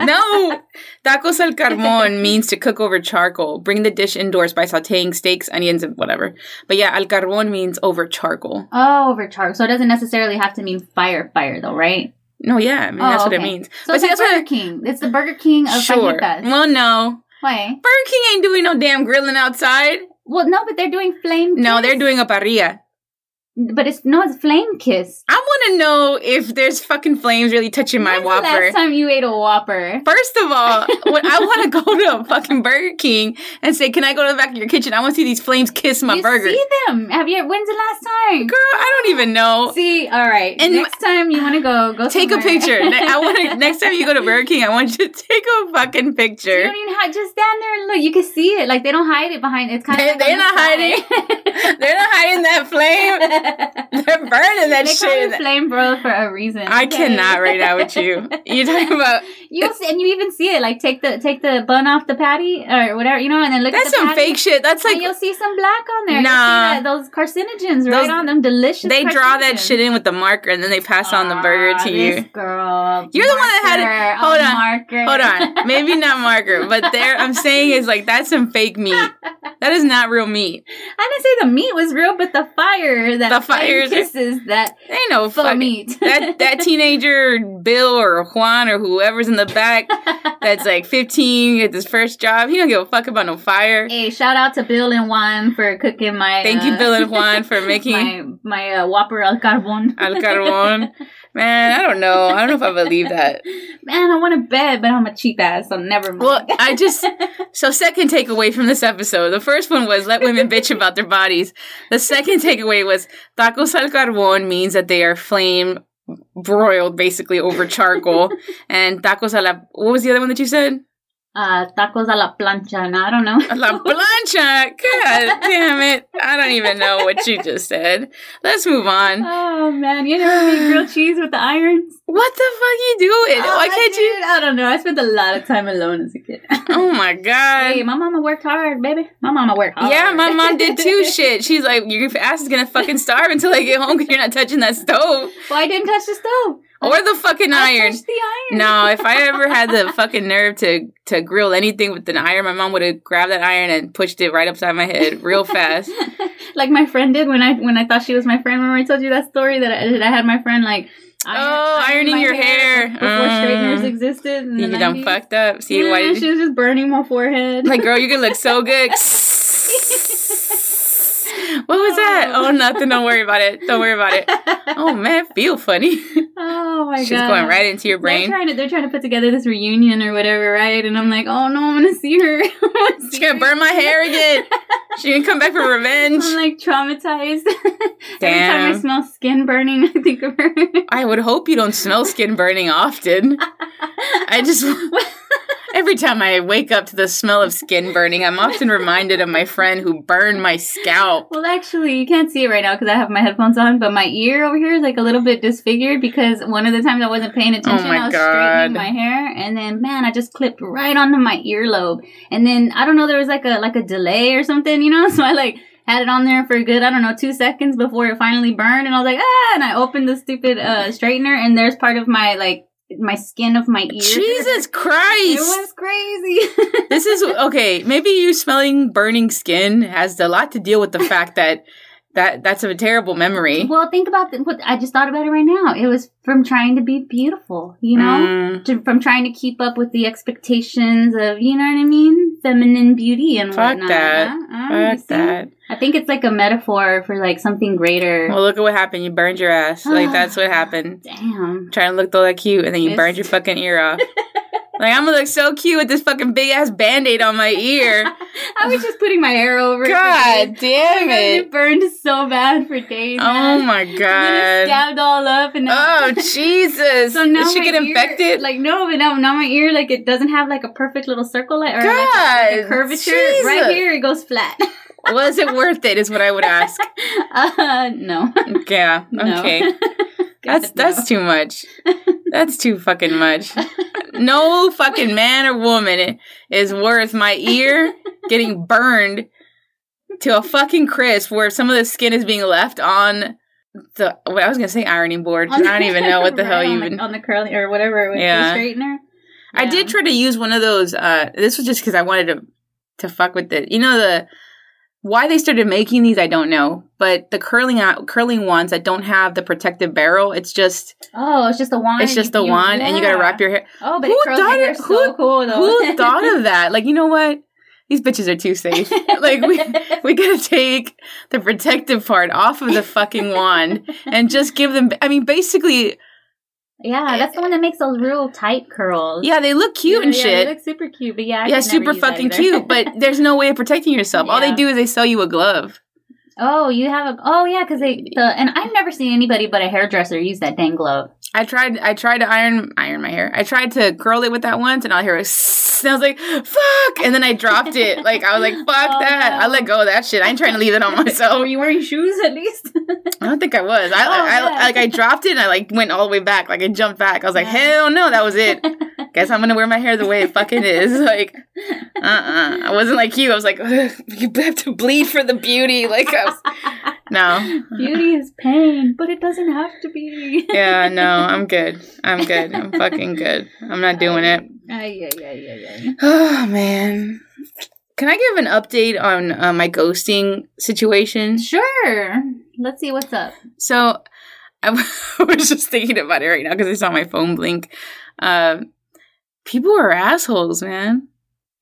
[SPEAKER 1] No, tacos al carbón means to cook over charcoal. Bring the dish indoors by sautéing steaks, onions, and whatever. But yeah, al carbón means over charcoal.
[SPEAKER 2] Oh, over charcoal. So it doesn't necessarily have to mean fire, fire though, right?
[SPEAKER 1] No, yeah, I mean
[SPEAKER 2] Oh,
[SPEAKER 1] that's what it
[SPEAKER 2] okay.
[SPEAKER 1] means. But
[SPEAKER 2] So it's
[SPEAKER 1] see,
[SPEAKER 2] like
[SPEAKER 1] that's what I-
[SPEAKER 2] Burger King. It's the Burger King of
[SPEAKER 1] sure.
[SPEAKER 2] fajitas.
[SPEAKER 1] Well, no,
[SPEAKER 2] Why?
[SPEAKER 1] Burger King ain't doing no damn grilling outside.
[SPEAKER 2] Well, no, but they're doing flame.
[SPEAKER 1] No, they're
[SPEAKER 2] kiss.
[SPEAKER 1] doing a parrilla.
[SPEAKER 2] But it's no, it's flame kiss.
[SPEAKER 1] I want to know if there's fucking flames really touching my
[SPEAKER 2] When's The
[SPEAKER 1] Whopper.
[SPEAKER 2] last time you ate a Whopper.
[SPEAKER 1] First of
[SPEAKER 2] [LAUGHS]
[SPEAKER 1] all, when I want to go to a fucking Burger King and say, "Can I go to the back of your kitchen? I want to see these flames kiss my
[SPEAKER 2] you
[SPEAKER 1] burger."
[SPEAKER 2] see them? Have you? When's the last time?
[SPEAKER 1] Girl, I don't even know.
[SPEAKER 2] See, all right.
[SPEAKER 1] And-
[SPEAKER 2] next time you want to go,
[SPEAKER 1] [GASPS]
[SPEAKER 2] go
[SPEAKER 1] Take a
[SPEAKER 2] somewhere.
[SPEAKER 1] picture. Ne- I want
[SPEAKER 2] [LAUGHS]
[SPEAKER 1] to. Next time you go to Burger King, I want you to take a fucking
[SPEAKER 2] You
[SPEAKER 1] picture.
[SPEAKER 2] don't even have just stand there and look. You can see it. Like they don't hide it behind. It's kind
[SPEAKER 1] They-
[SPEAKER 2] of
[SPEAKER 1] they're not They're not hiding that flame.
[SPEAKER 2] [LAUGHS]
[SPEAKER 1] They're burning [LAUGHS] that
[SPEAKER 2] they call
[SPEAKER 1] shit.
[SPEAKER 2] you flame bro for a reason.
[SPEAKER 1] I
[SPEAKER 2] okay?
[SPEAKER 1] cannot right now with you. You're talking about
[SPEAKER 2] [LAUGHS] You'll see, and you even see it. Like take the take the bun off the patty or whatever, you know, and then look.
[SPEAKER 1] that's
[SPEAKER 2] at the
[SPEAKER 1] some
[SPEAKER 2] patty,
[SPEAKER 1] fake shit. That's
[SPEAKER 2] and
[SPEAKER 1] like
[SPEAKER 2] you'll see some black on there. You'll see
[SPEAKER 1] Nah.
[SPEAKER 2] that- those carcinogens right
[SPEAKER 1] Those-
[SPEAKER 2] on them. Delicious.
[SPEAKER 1] they draw that
[SPEAKER 2] carcinogens.
[SPEAKER 1] shit in with the marker and then they pass on the burger
[SPEAKER 2] Ah,
[SPEAKER 1] to you.
[SPEAKER 2] This girl.
[SPEAKER 1] You're the one that had it.
[SPEAKER 2] Marker,
[SPEAKER 1] Hold
[SPEAKER 2] a
[SPEAKER 1] on.
[SPEAKER 2] Marker.
[SPEAKER 1] Hold on, maybe not marker, but there I'm saying is like that's some fake
[SPEAKER 2] [LAUGHS]
[SPEAKER 1] meat. That is not real meat.
[SPEAKER 2] [LAUGHS] I didn't say the meat was real, but the fire that
[SPEAKER 1] The
[SPEAKER 2] flame
[SPEAKER 1] fires-
[SPEAKER 2] [LAUGHS] kisses that
[SPEAKER 1] Ain't no
[SPEAKER 2] faux
[SPEAKER 1] fucking
[SPEAKER 2] meat.
[SPEAKER 1] [LAUGHS] that
[SPEAKER 2] [LAUGHS]
[SPEAKER 1] that teenager Bill or Juan or whoever's in the back that's like 15 at his first job. He don't give a fuck about no fire.
[SPEAKER 2] [LAUGHS] Hey, shout out to Bill and Juan for cooking my.
[SPEAKER 1] Thank
[SPEAKER 2] uh,
[SPEAKER 1] you, Bill and Juan,
[SPEAKER 2] [LAUGHS]
[SPEAKER 1] for making
[SPEAKER 2] My my uh, Whopper al carbon. [LAUGHS]
[SPEAKER 1] al carbon. Man, I don't know. I don't know if I believe that.
[SPEAKER 2] Man, I want to bed, but I'm a cheap ass, so never mind.
[SPEAKER 1] Well, I just so second takeaway from this episode. The first one was let women bitch about their bodies. The second takeaway was tacos al carbon means that they are flame broiled basically over charcoal. and tacos a la what was the other one that you said?
[SPEAKER 2] uh, tacos a la plancha. No, I don't know.
[SPEAKER 1] La plancha. God damn it. I don't even know what you just said. Let's move on.
[SPEAKER 2] Oh man, you never made
[SPEAKER 1] [SIGHS]
[SPEAKER 2] grilled cheese with the irons.
[SPEAKER 1] What the fuck you doing? Why can't you?
[SPEAKER 2] Oh, I don't know. I spent a lot of time alone as a kid. [LAUGHS]
[SPEAKER 1] Oh my
[SPEAKER 2] hey,
[SPEAKER 1] god.
[SPEAKER 2] my mama worked hard, baby. My mama worked hard.
[SPEAKER 1] Yeah, my
[SPEAKER 2] Oh.
[SPEAKER 1] mom did
[SPEAKER 2] [LAUGHS]
[SPEAKER 1] too. Shit, she's like, your ass is gonna fucking starve until I get home because you're not touching that stove
[SPEAKER 2] well, I didn't touch the stove.
[SPEAKER 1] or the fucking
[SPEAKER 2] I
[SPEAKER 1] iron.
[SPEAKER 2] touched the iron.
[SPEAKER 1] No, if I ever had the fucking nerve to to grill anything with an iron, my mom would have grabbed that iron and pushed it right upside my head real fast.
[SPEAKER 2] [LAUGHS] [LAUGHS] like my friend did when I when I thought she was my friend. Remember I told you that story that I, that I had my friend like iron-
[SPEAKER 1] Oh, ironing
[SPEAKER 2] my
[SPEAKER 1] your hair.
[SPEAKER 2] before
[SPEAKER 1] Mm.
[SPEAKER 2] straighteners existed. In
[SPEAKER 1] You
[SPEAKER 2] the
[SPEAKER 1] done
[SPEAKER 2] 90s.
[SPEAKER 1] fucked up. See
[SPEAKER 2] Yeah,
[SPEAKER 1] why? Did
[SPEAKER 2] she was just burning my forehead.
[SPEAKER 1] Like, girl, you could look so good. what was that?
[SPEAKER 2] Oh.
[SPEAKER 1] Oh, nothing. Don't worry about it. Don't worry about it. Oh man, feel funny.
[SPEAKER 2] [LAUGHS] oh my
[SPEAKER 1] She's
[SPEAKER 2] god,
[SPEAKER 1] going right into your
[SPEAKER 2] They're
[SPEAKER 1] brain.
[SPEAKER 2] trying to they're trying to put together this reunion or whatever, right? And I'm like, oh no, I'm gonna see her. [LAUGHS] I'm gonna
[SPEAKER 1] She's
[SPEAKER 2] see
[SPEAKER 1] gonna
[SPEAKER 2] her.
[SPEAKER 1] burn my hair again. She can come back for revenge.
[SPEAKER 2] I'm like traumatized. [LAUGHS] Every time I
[SPEAKER 1] Damn.
[SPEAKER 2] smell skin burning, [LAUGHS] I think of her. [LAUGHS]
[SPEAKER 1] I would hope you don't smell skin burning often. I just, Every time I wake up to the smell of skin burning, I'm often reminded of my friend who burned my scalp.
[SPEAKER 2] Well, actually, you can't see it right now because I have my headphones on, but my ear over here is like a little bit disfigured because one of the times I wasn't paying attention,
[SPEAKER 1] Oh my
[SPEAKER 2] I was
[SPEAKER 1] God.
[SPEAKER 2] straightening my hair, and then man, I just clipped right onto my earlobe, and then I don't know, there was like a like a delay or something, you know, [LAUGHS] so I like. Had it on there for a good, I don't know, two seconds before it finally burned, and I was like, ah! And I opened the stupid uh, straightener, and there's part of my like my skin of my ear. [LAUGHS]
[SPEAKER 1] Jesus
[SPEAKER 2] it
[SPEAKER 1] Christ!
[SPEAKER 2] was crazy.
[SPEAKER 1] This is okay. Maybe you smelling burning skin has a lot to deal with the fact that that that's a terrible memory.
[SPEAKER 2] [LAUGHS] Well, think about the, what I just thought about it right now. It was from trying to be beautiful, you know,
[SPEAKER 1] Mm,
[SPEAKER 2] to, from trying to keep up with the expectations of, you know what I mean, feminine beauty and
[SPEAKER 1] Fuck
[SPEAKER 2] whatnot.
[SPEAKER 1] that.
[SPEAKER 2] Huh? Huh? You
[SPEAKER 1] fuck
[SPEAKER 2] see?
[SPEAKER 1] that.
[SPEAKER 2] I think it's like a metaphor for like something greater.
[SPEAKER 1] Well, look at what happened. You burned your ass.
[SPEAKER 2] [SIGHS]
[SPEAKER 1] Like that's what happened.
[SPEAKER 2] Damn.
[SPEAKER 1] Trying to look all that cute, and then you
[SPEAKER 2] It's-
[SPEAKER 1] burned your fucking ear
[SPEAKER 2] [LAUGHS]
[SPEAKER 1] off. Like I'm gonna look so cute with this fucking big ass band aid on my
[SPEAKER 2] [LAUGHS]
[SPEAKER 1] ear.
[SPEAKER 2] I was just putting my hair over. it for
[SPEAKER 1] God
[SPEAKER 2] days. Oh my
[SPEAKER 1] damn
[SPEAKER 2] God,
[SPEAKER 1] it!
[SPEAKER 2] It burned so bad for days.
[SPEAKER 1] Oh
[SPEAKER 2] man.
[SPEAKER 1] my
[SPEAKER 2] And then it
[SPEAKER 1] god.
[SPEAKER 2] scabbed all up and then- [LAUGHS]
[SPEAKER 1] Oh Jesus.
[SPEAKER 2] So now
[SPEAKER 1] Did she
[SPEAKER 2] my
[SPEAKER 1] get
[SPEAKER 2] ear-
[SPEAKER 1] infected?
[SPEAKER 2] Like no, but now, now my ear like it doesn't have like a perfect little circle like, or like,
[SPEAKER 1] God,
[SPEAKER 2] like a curvature.
[SPEAKER 1] Jesus.
[SPEAKER 2] Right here, it goes flat. [LAUGHS]
[SPEAKER 1] Was it worth it is what I would ask.
[SPEAKER 2] uh, no.
[SPEAKER 1] Yeah.
[SPEAKER 2] No. [LAUGHS]
[SPEAKER 1] Okay. That's
[SPEAKER 2] God, no.
[SPEAKER 1] that's too
[SPEAKER 2] [LAUGHS]
[SPEAKER 1] much. That's too fucking much. No fucking man or woman is worth my ear
[SPEAKER 2] [LAUGHS]
[SPEAKER 1] getting burned to a fucking crisp where some of the skin is being left on the well, I was gonna say ironing board. 'cause I don't even know what the hell
[SPEAKER 2] [LAUGHS] Right,
[SPEAKER 1] you
[SPEAKER 2] on
[SPEAKER 1] even
[SPEAKER 2] the, on the curly or whatever it was,
[SPEAKER 1] Yeah.
[SPEAKER 2] the straightener.
[SPEAKER 1] I did
[SPEAKER 2] Yeah.
[SPEAKER 1] try to use one of those. Uh, this was just because I wanted to to fuck with it. You know the why they started making these, I don't know. But the curling curling ones that don't have the protective barrel, it's just
[SPEAKER 2] Oh, it's just the wand.
[SPEAKER 1] it's just the
[SPEAKER 2] you-
[SPEAKER 1] wand, and you gotta
[SPEAKER 2] yeah.
[SPEAKER 1] wrap your hair.
[SPEAKER 2] Oh, but
[SPEAKER 1] Who
[SPEAKER 2] it curls
[SPEAKER 1] thought
[SPEAKER 2] your hair
[SPEAKER 1] it-
[SPEAKER 2] so
[SPEAKER 1] who-
[SPEAKER 2] cool though. [LAUGHS]
[SPEAKER 1] Who thought of that? Like you know what? These bitches are too safe. Like we we gotta take the protective part off of the fucking wand and just give them. I mean, basically,
[SPEAKER 2] [LAUGHS] yeah, that's the one that makes those real tight curls.
[SPEAKER 1] yeah, they look cute
[SPEAKER 2] Yeah,
[SPEAKER 1] and
[SPEAKER 2] yeah,
[SPEAKER 1] shit.
[SPEAKER 2] They look super cute, but yeah,
[SPEAKER 1] yeah,
[SPEAKER 2] I could never
[SPEAKER 1] super
[SPEAKER 2] use that
[SPEAKER 1] fucking
[SPEAKER 2] either.
[SPEAKER 1] cute, but there's no way of protecting yourself. All they
[SPEAKER 2] Yeah.
[SPEAKER 1] do is they sell you a glove.
[SPEAKER 2] [LAUGHS] Oh, you have a oh yeah, because they the and I've never seen anybody but a hairdresser use that dang glove.
[SPEAKER 1] I tried. I tried to iron iron my hair. I tried to curl it with that once, and I hear a "sss," and I was like, "Fuck!" And then I dropped it. Like I was like, "Fuck
[SPEAKER 2] [LAUGHS] Oh,
[SPEAKER 1] that!"
[SPEAKER 2] no.
[SPEAKER 1] I let go of that shit. I ain't trying to leave it
[SPEAKER 2] [LAUGHS]
[SPEAKER 1] on myself.
[SPEAKER 2] you wearing shoes at least?
[SPEAKER 1] I don't think I was. I,
[SPEAKER 2] Oh,
[SPEAKER 1] I, I
[SPEAKER 2] man.
[SPEAKER 1] like I dropped it, and I like went all the way back. Like I jumped back. I was like,
[SPEAKER 2] Yeah.
[SPEAKER 1] "Hell no!" That was [LAUGHS] it. Guess I'm gonna wear my hair the way it fucking is. [LAUGHS] Like, uh, uh I wasn't like you. I was like, "Ugh, "You have to bleed for the beauty." Like, I was, [LAUGHS] no.
[SPEAKER 2] [LAUGHS] Beauty is pain, but it doesn't have to be.
[SPEAKER 1] yeah, no, I'm good. I'm good. I'm fucking good. I'm not doing it.
[SPEAKER 2] [LAUGHS] Ay, ay, ay, ay, ay.
[SPEAKER 1] [LAUGHS] Oh man. Can I give an update on uh, my ghosting situation?
[SPEAKER 2] Sure. Let's see what's up.
[SPEAKER 1] So I [LAUGHS] was just thinking about it right now because I saw my phone blink. Uh, people are assholes, man.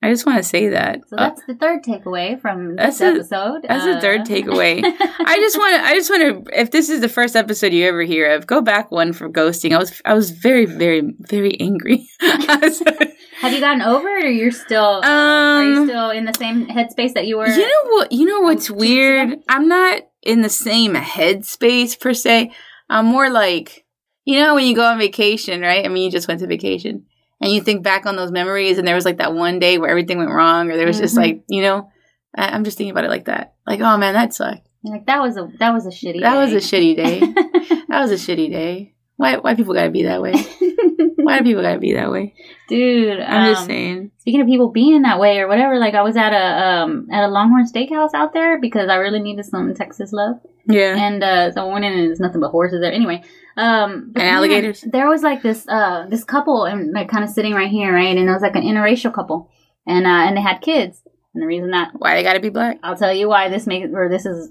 [SPEAKER 1] I just want to say that.
[SPEAKER 2] So
[SPEAKER 1] Uh,
[SPEAKER 2] that's the third takeaway from
[SPEAKER 1] that's
[SPEAKER 2] this
[SPEAKER 1] a-
[SPEAKER 2] episode. Uh,
[SPEAKER 1] that's the third takeaway. I
[SPEAKER 2] I
[SPEAKER 1] just want to. I just want to. If this is the first episode you ever hear of, go back one for ghosting. I was. I was very, very, very angry. [LAUGHS] I was-
[SPEAKER 2] [LAUGHS] have you gotten over, it or you're still are
[SPEAKER 1] Um,
[SPEAKER 2] you still in the same headspace that you were?
[SPEAKER 1] You know what? You know what's
[SPEAKER 2] two weeks
[SPEAKER 1] weird? I'm not in the same headspace per se. I'm more like, you know, when you go on vacation, right? I mean, you just went to vacation, and you think back on those memories, and there was like that one day where everything went wrong, or there was just
[SPEAKER 2] Mhm.
[SPEAKER 1] like, you know, I- I'm just thinking about it like that. Like, oh man, that sucked.
[SPEAKER 2] You're like that was a that was a shitty.
[SPEAKER 1] That was a
[SPEAKER 2] [LAUGHS]
[SPEAKER 1] shitty day.
[SPEAKER 2] shitty.
[SPEAKER 1] that was a shitty day. Why? Why people gotta be that way? Why do people gotta be that way?
[SPEAKER 2] Dude,
[SPEAKER 1] I'm just
[SPEAKER 2] um,
[SPEAKER 1] saying.
[SPEAKER 2] Speaking of people being that way or whatever, like I was at a um at a Longhorn Steakhouse out there because I really needed some Texas love,
[SPEAKER 1] Yeah.
[SPEAKER 2] [LAUGHS] and uh, so I went in and there's nothing but horses there anyway. Um, but
[SPEAKER 1] And
[SPEAKER 2] man,
[SPEAKER 1] alligators.
[SPEAKER 2] there was like this uh this couple and like kind of sitting right here, right, and it was like an interracial couple, and uh and they had kids, and the reason that
[SPEAKER 1] Why they gotta be black?
[SPEAKER 2] I'll tell you why this makes or this is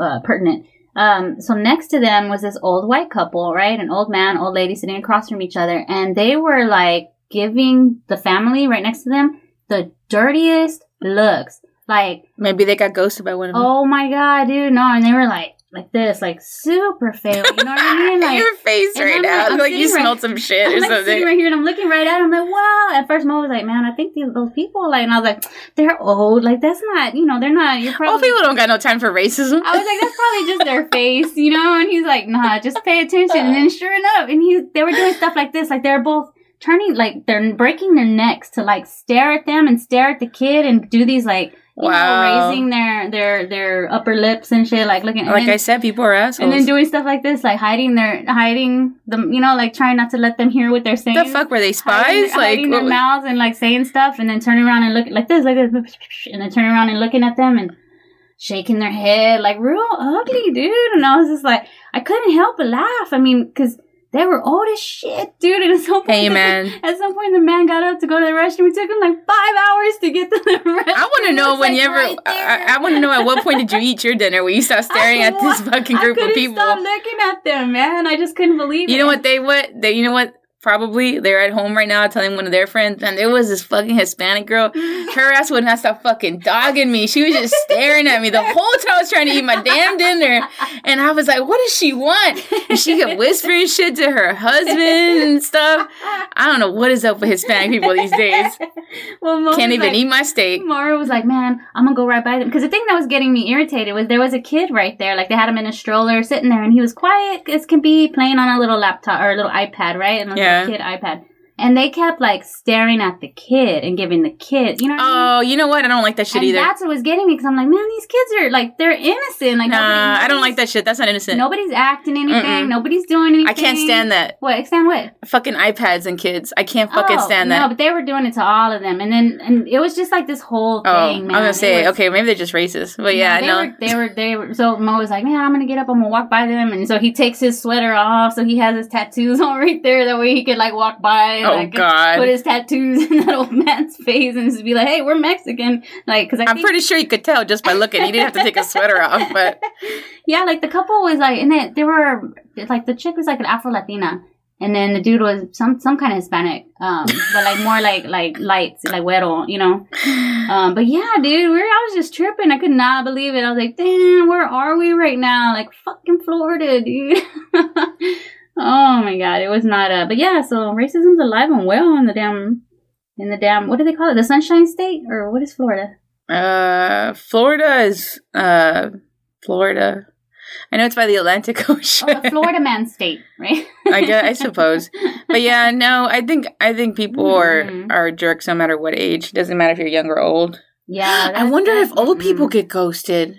[SPEAKER 2] uh, pertinent. Um, so next to them was this old white couple, right? An old man, old lady sitting across from each other, and they were like giving the family right next to them the dirtiest looks. Like,
[SPEAKER 1] Maybe they got ghosted by one of them.
[SPEAKER 2] oh my god, dude, no! And they were like, like this, like super fail. You know
[SPEAKER 1] [LAUGHS]
[SPEAKER 2] what I mean? Like,
[SPEAKER 1] your face
[SPEAKER 2] and
[SPEAKER 1] right
[SPEAKER 2] I'm
[SPEAKER 1] now.
[SPEAKER 2] like-
[SPEAKER 1] Like,
[SPEAKER 2] I'm
[SPEAKER 1] you
[SPEAKER 2] sitting right-
[SPEAKER 1] smelled some shit or
[SPEAKER 2] I'm like
[SPEAKER 1] something.
[SPEAKER 2] sitting right here and I'm looking right at him. I'm like, wow. At first, Mo was like, man, I think these, those people, like, and I was like, they're old. Like, that's not, you know, they're not, you're probably.
[SPEAKER 1] All people don't got no time for racism.
[SPEAKER 2] I was like, that's probably just their face, you know? And he's like, nah, just pay attention. And then sure enough, and he, they were doing stuff like this, like they're both turning like they're breaking their necks to like stare at them and stare at the kid and do these like you know,
[SPEAKER 1] Wow.
[SPEAKER 2] raising their their their upper lips and shit like looking and
[SPEAKER 1] Like
[SPEAKER 2] then-
[SPEAKER 1] I said, people are assholes.
[SPEAKER 2] and then doing stuff like this, like hiding their hiding them, you know, like trying not to let them hear what they're saying.
[SPEAKER 1] the fuck were they
[SPEAKER 2] Hiding,
[SPEAKER 1] spies?
[SPEAKER 2] hiding
[SPEAKER 1] Like oh.
[SPEAKER 2] their
[SPEAKER 1] what-
[SPEAKER 2] mouths and like saying stuff, and then turning around and look like this, [LAUGHS] like this, and then turning around and looking at them and shaking their head, like real ugly, dude. And I was just like, I couldn't help but laugh. I mean, because they were old as shit, dude. And at some point, [LAUGHS]
[SPEAKER 1] Hey, man.
[SPEAKER 2] At some point, the man got up to go to the restroom. It took him like five hours to get to the [LAUGHS] restroom.
[SPEAKER 1] I want to know
[SPEAKER 2] It was,
[SPEAKER 1] when
[SPEAKER 2] like,
[SPEAKER 1] you ever.
[SPEAKER 2] right there.
[SPEAKER 1] I, I want to know at what point did
[SPEAKER 2] [LAUGHS]
[SPEAKER 1] you eat your dinner where you stopped staring
[SPEAKER 2] I
[SPEAKER 1] at this
[SPEAKER 2] wa-
[SPEAKER 1] fucking group
[SPEAKER 2] I
[SPEAKER 1] of
[SPEAKER 2] couldn't
[SPEAKER 1] people?
[SPEAKER 2] Stop looking at them, man. I just couldn't believe it.
[SPEAKER 1] You know what they what they you know what probably they're at home right now telling one of their friends and there was this fucking Hispanic
[SPEAKER 2] [LAUGHS]
[SPEAKER 1] girl. Her ass would not stop fucking dogging me. She was just staring at me the whole time I was trying to eat my damn dinner, and I was like, "What does she want?" And she kept whispering shit to her husband and stuff.
[SPEAKER 2] Ah.
[SPEAKER 1] I don't know what is up with Hispanic people these days.
[SPEAKER 2] [LAUGHS] well, Mo
[SPEAKER 1] Can't
[SPEAKER 2] was
[SPEAKER 1] even
[SPEAKER 2] like,
[SPEAKER 1] eat my steak.
[SPEAKER 2] Mara was like, "Man, I'm gonna go right by them." Because the thing that was getting me irritated was there was a kid right there. Like they had him in a stroller, sitting there, and he was quiet as can be, playing on a little laptop or a little iPad, right? And a
[SPEAKER 1] Yeah.
[SPEAKER 2] little kid iPad. And they kept like staring at the kid and giving the kid, you know. What I mean?
[SPEAKER 1] Oh, you know what? I don't like that shit
[SPEAKER 2] and
[SPEAKER 1] either.
[SPEAKER 2] that's what was getting me because I'm like, man, these kids are like, they're innocent. Like,
[SPEAKER 1] Nah,
[SPEAKER 2] nobody
[SPEAKER 1] I don't like
[SPEAKER 2] knows.
[SPEAKER 1] that shit. That's not innocent.
[SPEAKER 2] Nobody's acting anything.
[SPEAKER 1] Mm-mm.
[SPEAKER 2] Nobody's doing anything.
[SPEAKER 1] I can't stand that.
[SPEAKER 2] What? Stand what?
[SPEAKER 1] Fucking iPads and kids. I can't fucking
[SPEAKER 2] Oh,
[SPEAKER 1] stand that.
[SPEAKER 2] No, but they were doing it to all of them, and then and it was just like this whole thing.
[SPEAKER 1] Oh,
[SPEAKER 2] man.
[SPEAKER 1] I'm gonna
[SPEAKER 2] It
[SPEAKER 1] say
[SPEAKER 2] was-
[SPEAKER 1] okay, maybe they're just racist, but yeah,
[SPEAKER 2] they
[SPEAKER 1] no.
[SPEAKER 2] Were, they were they were. So Mo was like, man, I'm gonna get up. I'm gonna walk by them, and so he takes his sweater off, so he has his tattoos [LAUGHS] on right there. That way he could like walk by. And,
[SPEAKER 1] Oh,
[SPEAKER 2] like,
[SPEAKER 1] God.
[SPEAKER 2] Put his tattoos [LAUGHS] in that old man's face and just be like, hey, we're Mexican. Like, cause I
[SPEAKER 1] I'm
[SPEAKER 2] think-
[SPEAKER 1] pretty sure you could tell just by looking. He didn't have to take his sweater
[SPEAKER 2] [LAUGHS]
[SPEAKER 1] off, but
[SPEAKER 2] Yeah, like the couple was like, and they, they were like the chick was like an Afro Latina, and then the dude was some some kind of Hispanic, um, but like more like like light, like güero, you know. Um, but yeah, dude, we were, I was just tripping. I could not believe it. I was like, damn, where are we right now? Like fucking Florida, dude. [LAUGHS] oh my god, it was not a. But yeah, so racism's alive and well in the damn, in the damn. What do they call it? The Sunshine State or what is Florida?
[SPEAKER 1] uh, Florida is uh, Florida. I know it's by the Atlantic Ocean.
[SPEAKER 2] Oh, the Florida man state, right?
[SPEAKER 1] [LAUGHS] I guess, I suppose, but yeah, no. I think I think people
[SPEAKER 2] Mhm.
[SPEAKER 1] are are jerks no matter what age. doesn't matter if you're young or old.
[SPEAKER 2] [LAUGHS] Yeah. Hmm. Mm-hmm.
[SPEAKER 1] I wonder if old people
[SPEAKER 2] get.
[SPEAKER 1] get ghosted.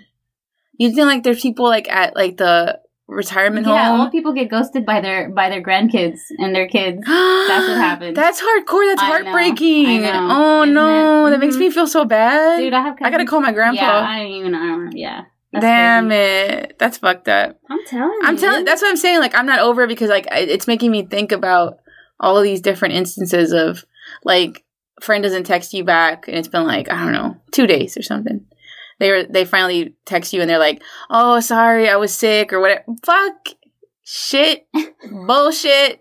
[SPEAKER 1] You think like there's people like at like the retirement
[SPEAKER 2] Yeah,
[SPEAKER 1] home.
[SPEAKER 2] old people get ghosted by their by their grandkids and their kids.
[SPEAKER 1] [GASPS] That's
[SPEAKER 2] what happened.
[SPEAKER 1] That's hardcore. That's
[SPEAKER 2] I know.
[SPEAKER 1] heartbreaking.
[SPEAKER 2] I know.
[SPEAKER 1] Oh
[SPEAKER 2] Isn't
[SPEAKER 1] no,
[SPEAKER 2] it?
[SPEAKER 1] that makes
[SPEAKER 2] Mhm.
[SPEAKER 1] me feel so bad.
[SPEAKER 2] Dude, I have. Cousins.
[SPEAKER 1] I gotta call my
[SPEAKER 2] Yeah,
[SPEAKER 1] grandpa.
[SPEAKER 2] I don't even. I don't. Yeah.
[SPEAKER 1] Damn it, that's fucked up.
[SPEAKER 2] I'm telling.
[SPEAKER 1] I'm
[SPEAKER 2] you.
[SPEAKER 1] telling. That's what I'm saying. Like I'm not over it because like I, it's making me think about all of these different instances of like friend doesn't text you back and it's been like I don't know two days or something. They were they finally text you and they're like, oh sorry I was sick or whatever. Fuck, shit,
[SPEAKER 2] [LAUGHS]
[SPEAKER 1] bullshit.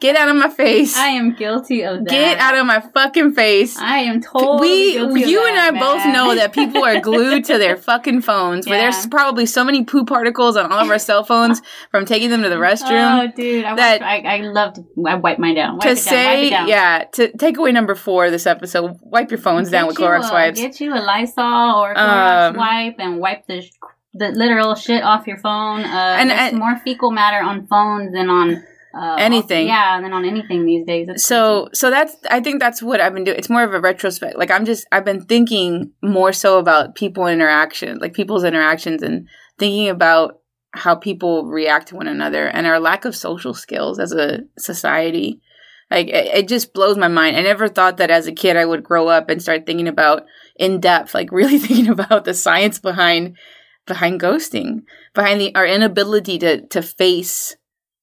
[SPEAKER 1] Get out of my face. [LAUGHS]
[SPEAKER 2] I am guilty of that.
[SPEAKER 1] Get out of my fucking face.
[SPEAKER 2] I am totally. guilty
[SPEAKER 1] we,
[SPEAKER 2] of
[SPEAKER 1] you and I
[SPEAKER 2] that,
[SPEAKER 1] both
[SPEAKER 2] man.
[SPEAKER 1] know
[SPEAKER 2] [LAUGHS]
[SPEAKER 1] that people are glued to their fucking phones. Where
[SPEAKER 2] Yeah.
[SPEAKER 1] there's probably so many poo particles on all of our cell
[SPEAKER 2] [LAUGHS]
[SPEAKER 1] phones from taking them to the restroom.
[SPEAKER 2] Oh, dude, I
[SPEAKER 1] that-
[SPEAKER 2] that I, I love to I wipe mine down. Wipe
[SPEAKER 1] to
[SPEAKER 2] it down, wipe
[SPEAKER 1] say,
[SPEAKER 2] it down.
[SPEAKER 1] yeah, to takeaway number four of this episode: wipe your phones down with
[SPEAKER 2] Get you
[SPEAKER 1] Clorox
[SPEAKER 2] a-
[SPEAKER 1] wipes.
[SPEAKER 2] Get you a Lysol or a Clorox
[SPEAKER 1] Um,
[SPEAKER 2] wipe and wipe the the literal shit off your phone. Uh,
[SPEAKER 1] And
[SPEAKER 2] and there's
[SPEAKER 1] I-
[SPEAKER 2] more fecal matter on phones than on uh,
[SPEAKER 1] Anything.
[SPEAKER 2] yeah, than on anything these days. That's
[SPEAKER 1] so so that's i think that's what i've been doing it's more of a retrospect like i'm just i've been thinking more so about people interaction like people's interactions and thinking about how people react to one another and our lack of social skills as a society like it, it just blows my mind i never thought that as a kid i would grow up and start thinking about in depth like [LAUGHS] really thinking about the science behind behind ghosting behind the our inability to to face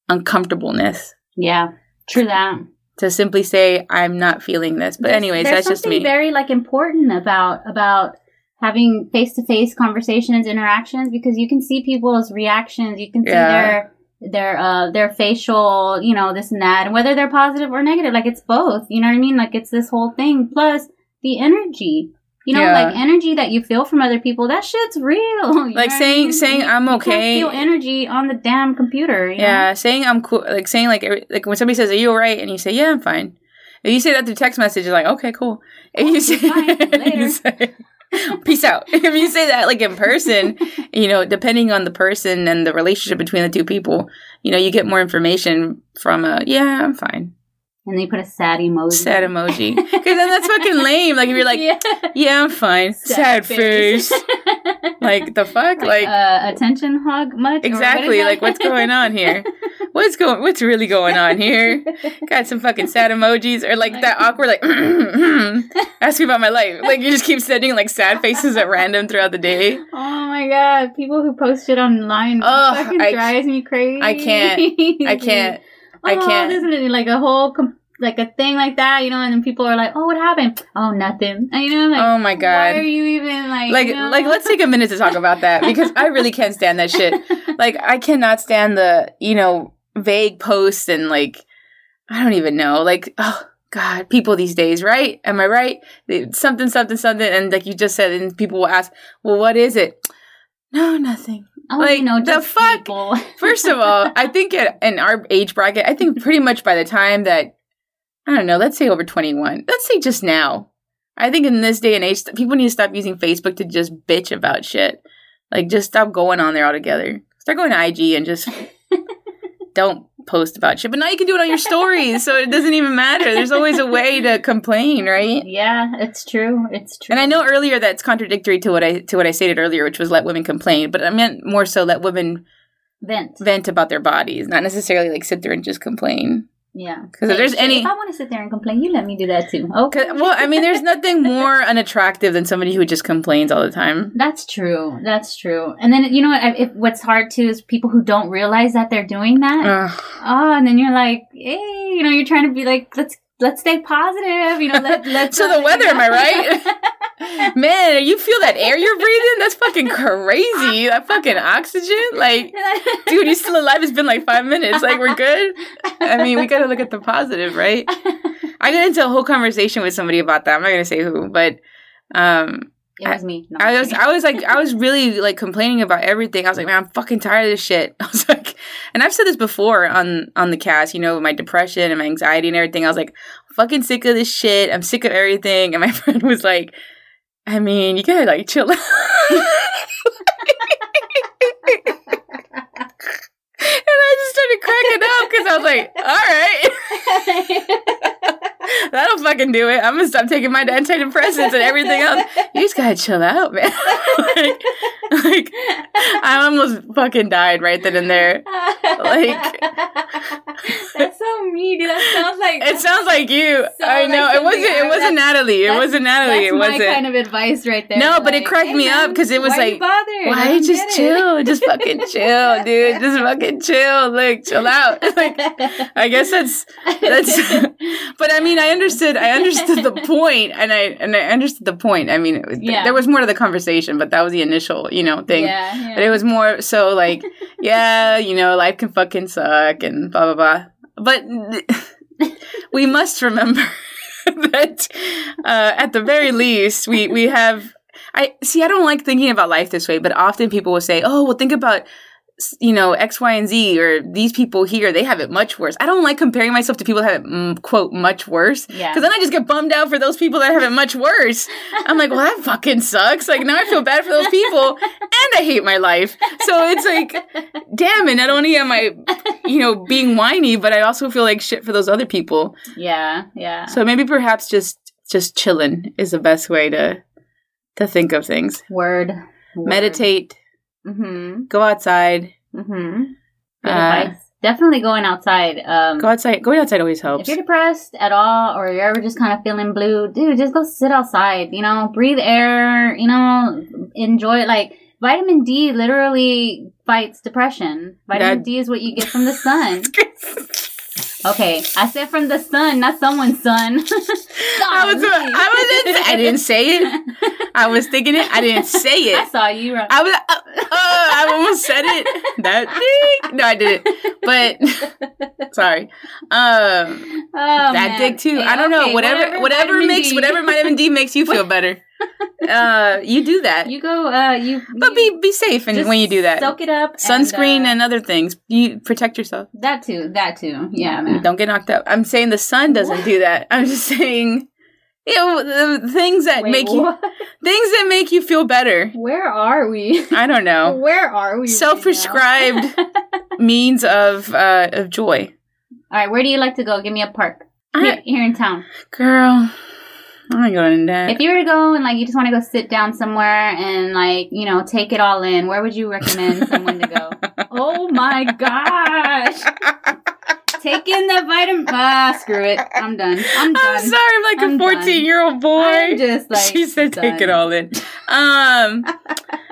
[SPEAKER 1] uncomfortableness
[SPEAKER 2] Yeah, true that.
[SPEAKER 1] to simply say I'm not feeling this. But
[SPEAKER 2] There's-
[SPEAKER 1] anyways,
[SPEAKER 2] there's
[SPEAKER 1] that's just
[SPEAKER 2] something
[SPEAKER 1] me.
[SPEAKER 2] Very like important about about having face to face conversations, interactions, because you can see people's reactions. You can see
[SPEAKER 1] Yeah.
[SPEAKER 2] their their uh their facial, you know, this and that, and whether they're positive or negative, like it's both. You know what I mean? Like it's this whole thing plus the energy. You know,
[SPEAKER 1] Yeah.
[SPEAKER 2] like energy that you feel from other people, that shit's real. [LAUGHS] you know what I
[SPEAKER 1] saying-
[SPEAKER 2] mean?
[SPEAKER 1] saying
[SPEAKER 2] You-
[SPEAKER 1] I'm
[SPEAKER 2] you can't
[SPEAKER 1] okay.
[SPEAKER 2] feel energy on the damn computer. you know?
[SPEAKER 1] yeah, saying I'm cool, like saying like every- like when somebody says, "Are you alright?" and you say, "Yeah, I'm fine." If you say that through text message, you're like, "Okay, cool."
[SPEAKER 2] [LAUGHS]
[SPEAKER 1] If you say, [LAUGHS]
[SPEAKER 2] fine.
[SPEAKER 1] you
[SPEAKER 2] Later.
[SPEAKER 1] say, "Peace out," [LAUGHS] if you say that like in
[SPEAKER 2] [LAUGHS]
[SPEAKER 1] person, you know, depending on the person and the relationship between the two people, you know, you get more information from a, "Yeah, I'm fine."
[SPEAKER 2] And they put a sad emoji.
[SPEAKER 1] Sad
[SPEAKER 2] [LAUGHS]
[SPEAKER 1] emoji. Because then that's fucking lame. Like, if you're like, yeah,
[SPEAKER 2] Yeah.
[SPEAKER 1] I'm fine. Sad, face.
[SPEAKER 2] [LAUGHS]
[SPEAKER 1] like, the fuck? Like,
[SPEAKER 2] uh, attention hog much? Or what
[SPEAKER 1] exactly.
[SPEAKER 2] is
[SPEAKER 1] Like,
[SPEAKER 2] that?
[SPEAKER 1] what's going on
[SPEAKER 2] [LAUGHS]
[SPEAKER 1] here? What's going, what's really going on here? Got some fucking sad emojis or like that awkward, like, [LAUGHS] ask me about my life. Like, you just keep sending like sad faces at random throughout the day.
[SPEAKER 2] oh my god, people who post shit online
[SPEAKER 1] Ugh,
[SPEAKER 2] fucking
[SPEAKER 1] I-
[SPEAKER 2] drives me crazy.
[SPEAKER 1] I can't.
[SPEAKER 2] [LAUGHS]
[SPEAKER 1] I can't. I
[SPEAKER 2] Oh,
[SPEAKER 1] can't.
[SPEAKER 2] Isn't it like a whole com- like a thing like that? You know, and then people are like, "Oh, what happened? Oh, nothing." And, you know, like,
[SPEAKER 1] Oh my
[SPEAKER 2] why are
[SPEAKER 1] God.
[SPEAKER 2] you even like
[SPEAKER 1] Like,
[SPEAKER 2] you know?
[SPEAKER 1] like, let's take a minute to talk about that because I really can't stand that shit. like I cannot stand the you know vague posts and like I don't even know like oh god people these days right am I right They- something something something and like you just said and people will ask well what is it no nothing
[SPEAKER 2] [LAUGHS] oh,
[SPEAKER 1] like,
[SPEAKER 2] you know,
[SPEAKER 1] the
[SPEAKER 2] just
[SPEAKER 1] fuck?
[SPEAKER 2] people. [LAUGHS]
[SPEAKER 1] first of all I think at, in our age bracket I think pretty much by the time that I don't know let's say over 21 let's say just now I think in this day and age people need to stop using Facebook to just bitch about shit like just stop going on there altogether start going to IG and just don't post about shit. But now you can do it on your stories, so it doesn't even matter. There's always a way to complain, right?
[SPEAKER 2] yeah, it's true. It's true.
[SPEAKER 1] And I know earlier that's contradictory to what I to what I stated earlier, which was let women complain. But I meant more so let women
[SPEAKER 2] vent.
[SPEAKER 1] vent about their bodies, not necessarily like sit there and just complain.
[SPEAKER 2] Yeah,
[SPEAKER 1] 'Cause if there's
[SPEAKER 2] shit,
[SPEAKER 1] any-
[SPEAKER 2] if I want to sit there and complain, you let me do that too. Okay,
[SPEAKER 1] 'Cause- well, I mean, there's nothing more [LAUGHS] unattractive than somebody who just complains all the time.
[SPEAKER 2] That's true. That's true. And then you know what? I- If, what's hard too is people who don't realize that they're doing that.
[SPEAKER 1] Ugh.
[SPEAKER 2] Oh, and then you're like, hey, you know, you're trying to be like, let's let's stay positive. You know,
[SPEAKER 1] [LAUGHS]
[SPEAKER 2] let let's.
[SPEAKER 1] So the weather, am I
[SPEAKER 2] [LAUGHS]
[SPEAKER 1] right? Man, you feel that air you're breathing? That's fucking crazy. That fucking oxygen, like. [LAUGHS] dude, he's still alive. It's been like five minutes. Like, we're good. I mean, we got to look at the positive, right? I got into a whole conversation with somebody about that. I'm not going to say who, but um,
[SPEAKER 2] it was me. No,
[SPEAKER 1] I was, I was like, I was really like complaining about everything. I was like, man, I'm fucking tired of this shit. [LAUGHS] I was like, and I've said this before on, on the cast, you know, my depression and my anxiety and everything. I was like, fucking sick of this shit. I'm sick of everything. And my [LAUGHS] friend was like, I mean, you gotta like chill out. [LAUGHS] And I just started cracking up because I was like, all right, [LAUGHS] that'll fucking do it. I'm going to stop taking my [LAUGHS] antidepressants and everything else. You just got to chill out, man. [LAUGHS] like, like, [LAUGHS] I almost fucking died right then and there.
[SPEAKER 2] like [LAUGHS] that's so mean. dude. That sounds like
[SPEAKER 1] It sounds like you.
[SPEAKER 2] So,
[SPEAKER 1] I
[SPEAKER 2] like,
[SPEAKER 1] know. it
[SPEAKER 2] something
[SPEAKER 1] wasn't,
[SPEAKER 2] I
[SPEAKER 1] it
[SPEAKER 2] would-
[SPEAKER 1] wasn't Natalie. It
[SPEAKER 2] that's-
[SPEAKER 1] wasn't Natalie.
[SPEAKER 2] that's
[SPEAKER 1] It
[SPEAKER 2] my
[SPEAKER 1] wasn't.
[SPEAKER 2] kind of advice right there.
[SPEAKER 1] No, but it cracked me
[SPEAKER 2] man,
[SPEAKER 1] up 'cause it was
[SPEAKER 2] why
[SPEAKER 1] like,
[SPEAKER 2] you bothered? I
[SPEAKER 1] why
[SPEAKER 2] don't
[SPEAKER 1] just
[SPEAKER 2] get it."
[SPEAKER 1] chill? [LAUGHS] Just fucking
[SPEAKER 2] [LAUGHS]
[SPEAKER 1] chill, dude. Just fucking chill. Like, chill out. [LAUGHS] Like,
[SPEAKER 2] [LAUGHS]
[SPEAKER 1] I guess that's that's but I mean I understood I understood
[SPEAKER 2] [LAUGHS]
[SPEAKER 1] the point and I and I understood the point. I mean it was,
[SPEAKER 2] Yeah.
[SPEAKER 1] there was more to the conversation, but that was the initial, you know, [LAUGHS] thing.
[SPEAKER 2] Yeah, yeah.
[SPEAKER 1] But it was more so like, yeah, you know, life can fucking suck and blah blah blah. But [LAUGHS] we must remember [LAUGHS] that uh, at the very least we we have I see I don't like thinking about life this way, but often people will say, "Oh, well think about s- you know X, Y, and Z, or these people here, they have it much worse." I don't like comparing myself to people that have it mm, quote much worse
[SPEAKER 2] Yeah.
[SPEAKER 1] because then I just get bummed out for those people that have it much worse. I'm like, well, that fucking sucks. Like now I feel bad for those people, and I hate my life. So it's like, damn it! Not only am I, you know, being whiny, but I also feel like shit for those other people.
[SPEAKER 2] yeah, yeah.
[SPEAKER 1] So maybe perhaps just just chilling is the best way to to think of things.
[SPEAKER 2] Word. Word.
[SPEAKER 1] Meditate,
[SPEAKER 2] Mm-hmm.
[SPEAKER 1] go outside,
[SPEAKER 2] Mm-hmm.
[SPEAKER 1] Uh,
[SPEAKER 2] Good advice. Definitely going outside. Um,
[SPEAKER 1] go outside. Going outside always
[SPEAKER 2] if
[SPEAKER 1] helps.
[SPEAKER 2] you're depressed at all, or you're ever just kind of feeling blue, dude, just go sit outside. You know, breathe air. You know, enjoy. Like vitamin D literally fights depression. Vitamin
[SPEAKER 1] That-
[SPEAKER 2] D is what you get from the
[SPEAKER 1] [LAUGHS]
[SPEAKER 2] sun. Okay, I said from the sun, not someone's
[SPEAKER 1] [LAUGHS]
[SPEAKER 2] sun.
[SPEAKER 1] I
[SPEAKER 2] [LAUGHS]
[SPEAKER 1] was, I was, I didn't say it. I was thinking it. I didn't say
[SPEAKER 2] I
[SPEAKER 1] it.
[SPEAKER 2] saw you. Right.
[SPEAKER 1] I was, uh, uh, I almost said it.
[SPEAKER 2] [LAUGHS]
[SPEAKER 1] That dick. No, I didn't. But
[SPEAKER 2] [LAUGHS]
[SPEAKER 1] sorry. Um,
[SPEAKER 2] Oh,
[SPEAKER 1] that
[SPEAKER 2] man.
[SPEAKER 1] dick too.
[SPEAKER 2] Hey,
[SPEAKER 1] I don't know.
[SPEAKER 2] okay,
[SPEAKER 1] Whatever, whatever
[SPEAKER 2] vitamin
[SPEAKER 1] makes,
[SPEAKER 2] D.
[SPEAKER 1] whatever vitamin
[SPEAKER 2] [LAUGHS]
[SPEAKER 1] D makes you feel better. Uh, you do that.
[SPEAKER 2] You go. Uh, you.
[SPEAKER 1] But
[SPEAKER 2] you
[SPEAKER 1] be be safe and
[SPEAKER 2] just
[SPEAKER 1] when you do that,
[SPEAKER 2] soak it up.
[SPEAKER 1] sunscreen and,
[SPEAKER 2] uh,
[SPEAKER 1] other things. You protect yourself.
[SPEAKER 2] that too. That too. Yeah, man.
[SPEAKER 1] Don't get knocked up. I'm saying the sun doesn't do that. I'm just saying, you know, the things that
[SPEAKER 2] Wait,
[SPEAKER 1] make you
[SPEAKER 2] what?
[SPEAKER 1] things that make you feel better.
[SPEAKER 2] [LAUGHS] Where
[SPEAKER 1] [LAUGHS]
[SPEAKER 2] are we?
[SPEAKER 1] I don't
[SPEAKER 2] [LAUGHS]
[SPEAKER 1] know.
[SPEAKER 2] Where are we? right now?
[SPEAKER 1] Self-prescribed.
[SPEAKER 2] All
[SPEAKER 1] Means of uh, of joy.
[SPEAKER 2] right. Where do you like to go? Give me a park.
[SPEAKER 1] I,
[SPEAKER 2] here in town.
[SPEAKER 1] girl, I ain't going to that.
[SPEAKER 2] If you were to go and like you just want to go sit down somewhere and like you know take it all in, where would you recommend someone to go?
[SPEAKER 1] [LAUGHS]
[SPEAKER 2] Oh my gosh! Take in the vitamin. Ah, screw it. I'm done. I'm done.
[SPEAKER 1] I'm sorry, I'm like
[SPEAKER 2] I'm
[SPEAKER 1] a
[SPEAKER 2] done.
[SPEAKER 1] 14 year old boy. [LAUGHS]
[SPEAKER 2] I'm just like
[SPEAKER 1] she said, "Take it
[SPEAKER 2] done.
[SPEAKER 1] all in."
[SPEAKER 2] [LAUGHS]
[SPEAKER 1] Um,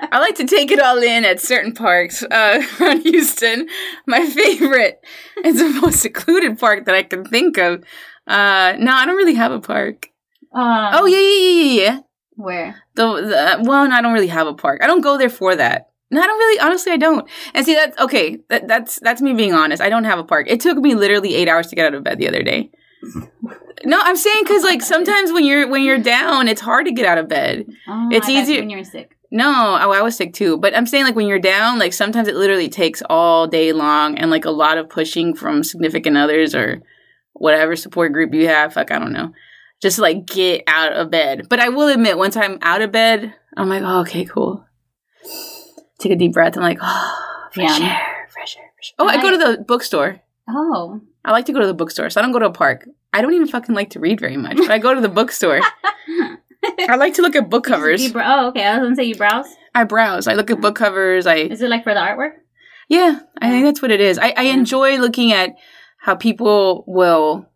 [SPEAKER 1] I like to take it all in at certain parks uh, [LAUGHS] around Houston. My favorite is the most [LAUGHS] secluded park that I can think of. Uh, no, I don't really have a park.
[SPEAKER 2] Um,
[SPEAKER 1] Oh yeah, yeah, yeah, yeah, yeah.
[SPEAKER 2] Where?
[SPEAKER 1] The, the well, no, I don't really have a park. I don't go there for that. No, I don't really. Honestly, I don't. And see, that's okay. That, that's that's me being honest. I don't have a park. It took me literally eight hours to get out of bed the other day. No, I'm saying because like sometimes when you're when you're down, it's hard to get out of bed.
[SPEAKER 2] Oh,
[SPEAKER 1] It's
[SPEAKER 2] I thought
[SPEAKER 1] easier-
[SPEAKER 2] when you're sick.
[SPEAKER 1] No, oh, I was sick too. But I'm saying like when you're down, like sometimes it literally takes all day long and like a lot of pushing from significant others or whatever support group you have. Fuck, I don't know. Just to, like get out of bed. But I will admit, once I'm out of bed, I'm like, oh, okay, cool. Take a deep breath. I'm like, [SIGHS] oh, fresh
[SPEAKER 2] Yeah.
[SPEAKER 1] air, fresh air, fresh air. Oh, I
[SPEAKER 2] I-
[SPEAKER 1] go to the bookstore.
[SPEAKER 2] Oh,
[SPEAKER 1] I like to go to the bookstore, so I don't go to a park. I don't even fucking like to read very much, but I go to the [LAUGHS] bookstore. I like to look at book covers.
[SPEAKER 2] You br- oh, okay. I was gonna say you browse.
[SPEAKER 1] I browse. I look at book covers. I
[SPEAKER 2] Is it like for the artwork? [LAUGHS]
[SPEAKER 1] Yeah, I think that's what it is. I, I
[SPEAKER 2] Yeah.
[SPEAKER 1] enjoy looking at how people will.